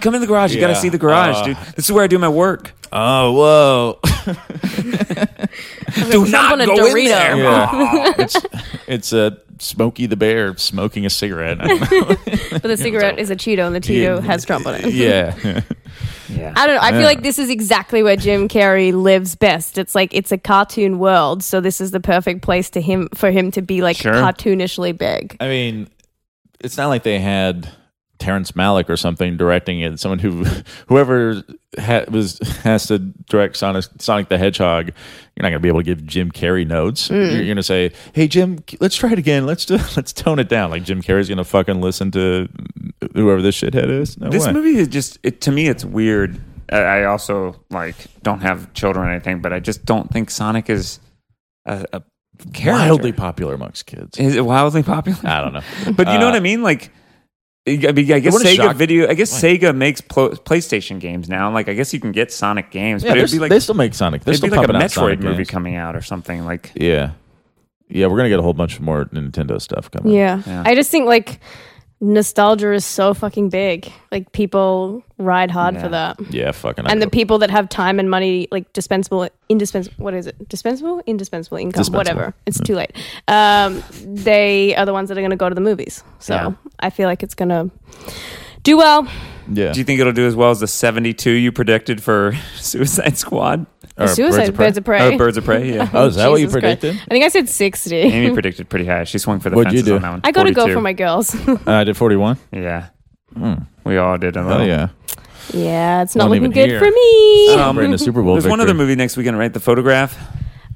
Come in the garage. You gotta Yeah. see the garage, Uh, dude. This is where I do my work. Oh, whoa. (laughs) Do not on a go in Dorito. there. it's it's uh, Smokey the Bear smoking (laughs) a cigarette. I don't know. (laughs) but the cigarette is a Cheeto and the Cheeto has Trump on it. yeah. Yeah. I don't know. I Yeah. feel like this is exactly where Jim Carrey lives best. It's like it's a cartoon world, so this is the perfect place to him for him to be like Sure. cartoonishly big. I mean, it's not like they had Terrence Malick or something directing it. Someone who, (laughs) whoever ha- was has to direct Sonic, Sonic the Hedgehog, you're not going to be able to give Jim Carrey Mm. notes. You're, you're going to say, "Hey Jim, let's try it again. Let's do, (laughs) let's tone it down." Like Jim Carrey's going to fucking listen to whoever this shithead is. No This way. movie is just it, to me. It's weird. I, I also like don't have children or anything, but I just don't think Sonic is a, a character. wildly popular amongst kids. is it wildly popular. (laughs) I don't know, But you know Uh, what I mean? Like, I mean, I guess wouldn't Sega shock- video. I guess Sega makes pl- PlayStation games now. Like, I guess you can get Sonic games, Yeah, but there's- it'd be like they still make Sonic. They're it'd still be like a pumping out Metroid Sonic movie games. coming out or something. Like, Yeah, yeah, we're gonna get a whole bunch more Nintendo stuff coming. Yeah. Yeah. I just think like nostalgia is so fucking big. Like people ride hard Yeah. for that. Yeah, fucking. I And the go- people that have time and money, like dispensable, indispensable, what is it? Dispensable? Indispensable income, Dispensable. Mm. whatever. It's too late. Um, they are the ones that are going to go to the movies. So Yeah. I feel like it's going to do well. yeah. do you think it'll do as well as the seventy-two you predicted for (laughs) Suicide Squad? Or Suicide, Birds of Prey. Oh, Birds of (laughs) Prey. Yeah, Oh, is that what you Jesus Christ. predicted? Mm. I think I said 60. Amy predicted pretty high. She swung for the What'd you fences do? on that one. I got to go 42. for my girls. (laughs) Uh, I did 41. Yeah, we all did. A Oh, little. yeah. yeah, it's not Won't looking even good hear. for me. Um, Celebrating a Super Bowl There's one victory. other movie next weekend, right? The Photograph.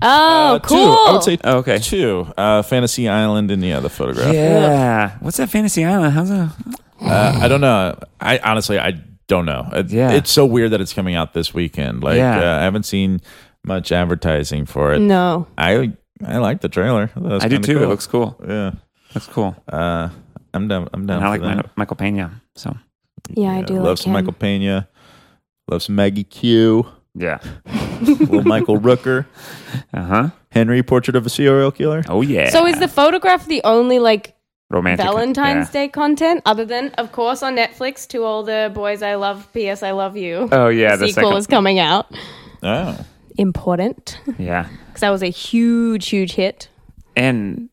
oh, Uh, two. cool. I would say Oh, okay. two. Uh, Fantasy Island and the other photograph. Yeah. What's that Fantasy Island? How's that? Uh, I don't know. I honestly, I don't know. It- Yeah. It's so weird that it's coming out this weekend. Like, Yeah. Mm. uh, I haven't seen much advertising for it. no. I I like the trailer. I, thought it was I do kinda too. It cool. looks cool. Yeah. Looks cool. Uh, I'm down. I'm down. and I for like that. Mi- Michael Pena. So Yeah, I do Love like some him. Michael Pena. Love some Maggie Q. yeah. little (laughs) Michael Rooker. Uh huh. Henry, Portrait of a Serial Killer. Oh yeah. So is the photograph the only like romantic Valentine's yeah. Day content other than of course on Netflix to all the boys I love PS I love you. Oh yeah. The sequel second. is coming out. Oh. Important yeah. cuz that was a huge huge hit. And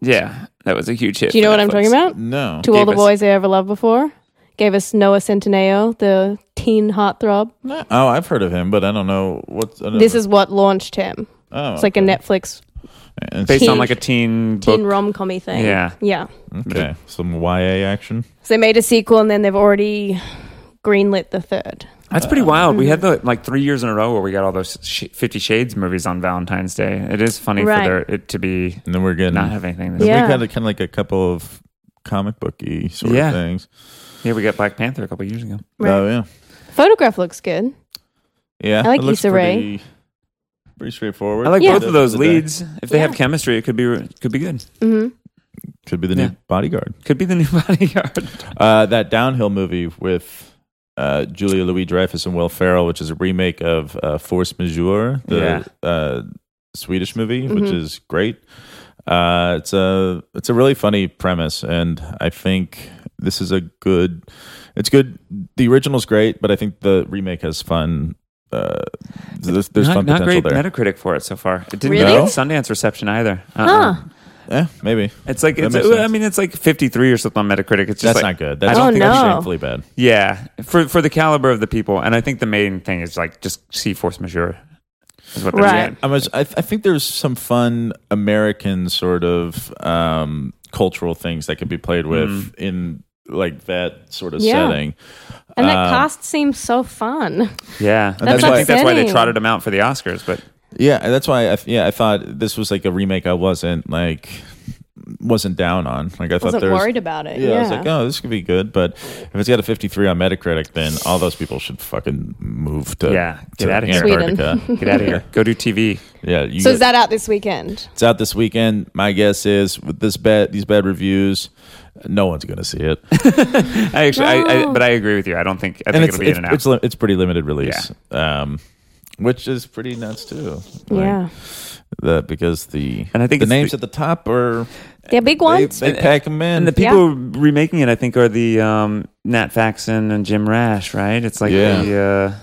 yeah, that was a huge hit. Do you know for what I'm Netflix. talking about? No. To all Gave the us- boys I ever loved before. Gave us Noah Centineo, the teen heartthrob. No. Oh, I've heard of him, but I don't know what's. I don't This know. is what launched him. Oh, It's like a Netflix it's- Based on Teen- like a teen book. teen rom commy thing. Yeah. Yeah. okay. Some YA action. So they made a sequel and then they've already greenlit the third. That's pretty wild. We had the Mm-hmm. like three years in a row where we got all those sh- Fifty Shades movies on Valentine's Day. It is funny Right. for there, it to be And then we're getting. not have anything. This then yeah. Yeah. we kind of kind of like a couple of comic booky sort Yeah. of things. yeah, we got Black Panther a couple years ago. Right. Oh yeah, Photograph looks good. yeah. I like it looks Issa Rae. Pretty, pretty straightforward. I like Yeah. both of those Could be- leads. If they have Yeah. chemistry, it could be could be good. Mhm. Could be the Yeah. new bodyguard. Could be the new (laughs) bodyguard. Uh, that downhill movie with uh, Julia Louis Dreyfus and Will Ferrell, which is a remake of uh, Force Majeure, the uh, Swedish movie, which Mm-hmm. is great. Uh, it's a it's a really funny premise, and I think this is a good. It's good. The original's great, but I think the remake has fun. Uh, there's there's not, fun not potential great there. Metacritic for it so far. It didn't Really? get Sundance reception either. Uh-uh. Huh. yeah, Eh, maybe It's like That it's, makes I sense. mean it's like 53 or something on Metacritic. It's just that's like, not good. I That's don't Oh, think no. that's that's- shamefully bad. yeah for for the caliber of the people. And I think the main thing is like just see force majeure. Is what they're Right. saying. I was. I, I think there's some fun American sort of um, cultural things that could be played with Mm-hmm. in like that sort of Yeah. setting. And that Uh, Um, cast seems so fun. Yeah, That's I think that's why they upsetting. trotted him out for the Oscars. But Yeah, and that's why. I, th- yeah, I thought this was like a remake. I wasn't like wasn't down on. Like I thought Wasn't there was. worried about it. yeah, Yeah. I was like, oh, this could be good, but if it's got a 53 on Metacritic, then all those people should fucking move to Yeah, get to outta here. Sweden. Antarctica. get out of (laughs) here. Go do TV. yeah, you so get- is that out this weekend? It's out this weekend. My guess is with this bad, these bad reviews, no one's going to see (laughs) it. I actually, I, I, No. but I agree with you. I don't think I and think it's it'll be it's, in and out. it's, li- it's pretty limited release, um, which is pretty nuts too. Like, yeah. the, because the And I think the it's names the- at the top are They're big they, ones. they pack them in. and the people remaking it, I think, are the um, Nat Faxon and Jim Rash. Right? It's like Yeah. Oh. the uh,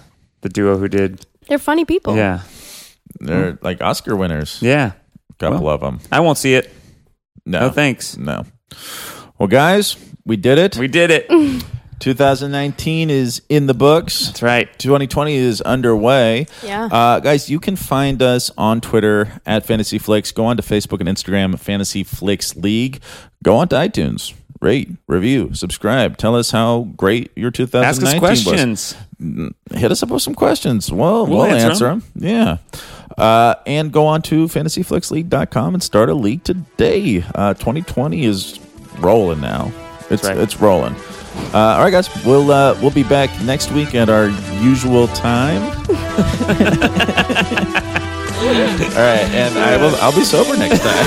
the duo who did. They're funny people. Yeah, They're like Oscar winners. yeah. couple Well, of them. I won't see it. No, No thanks. no. Well, guys, we did it. We did it. 2019 is in the books. That's right. 2020 is underway. Yeah. Uh, guys, you can find us on Twitter at Fantasy Flicks. Go on to Facebook and Instagram, Fantasy Flicks League. Go on to iTunes. Rate, review, subscribe. Tell us how great your 2019 Ask us was questions. hit us up with some questions. Well, we'll, We'll answer answer them. Yeah. Uh, and go on to fantasyflixleague.com and start a league today. Uh, 2020 is rolling now. It's right. it's rolling. Uh, all right, guys, we'll uh, we'll be back next week at our usual time. (laughs) all right, and I will I'll be sober next time. (laughs)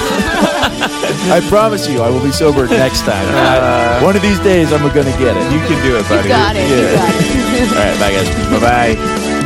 I promise you, I will be sober next time. I- one of these days, I'm gonna get it. You Uh, can do it, buddy. Got it. You Yeah. got it. All right, bye Bye guys. bye.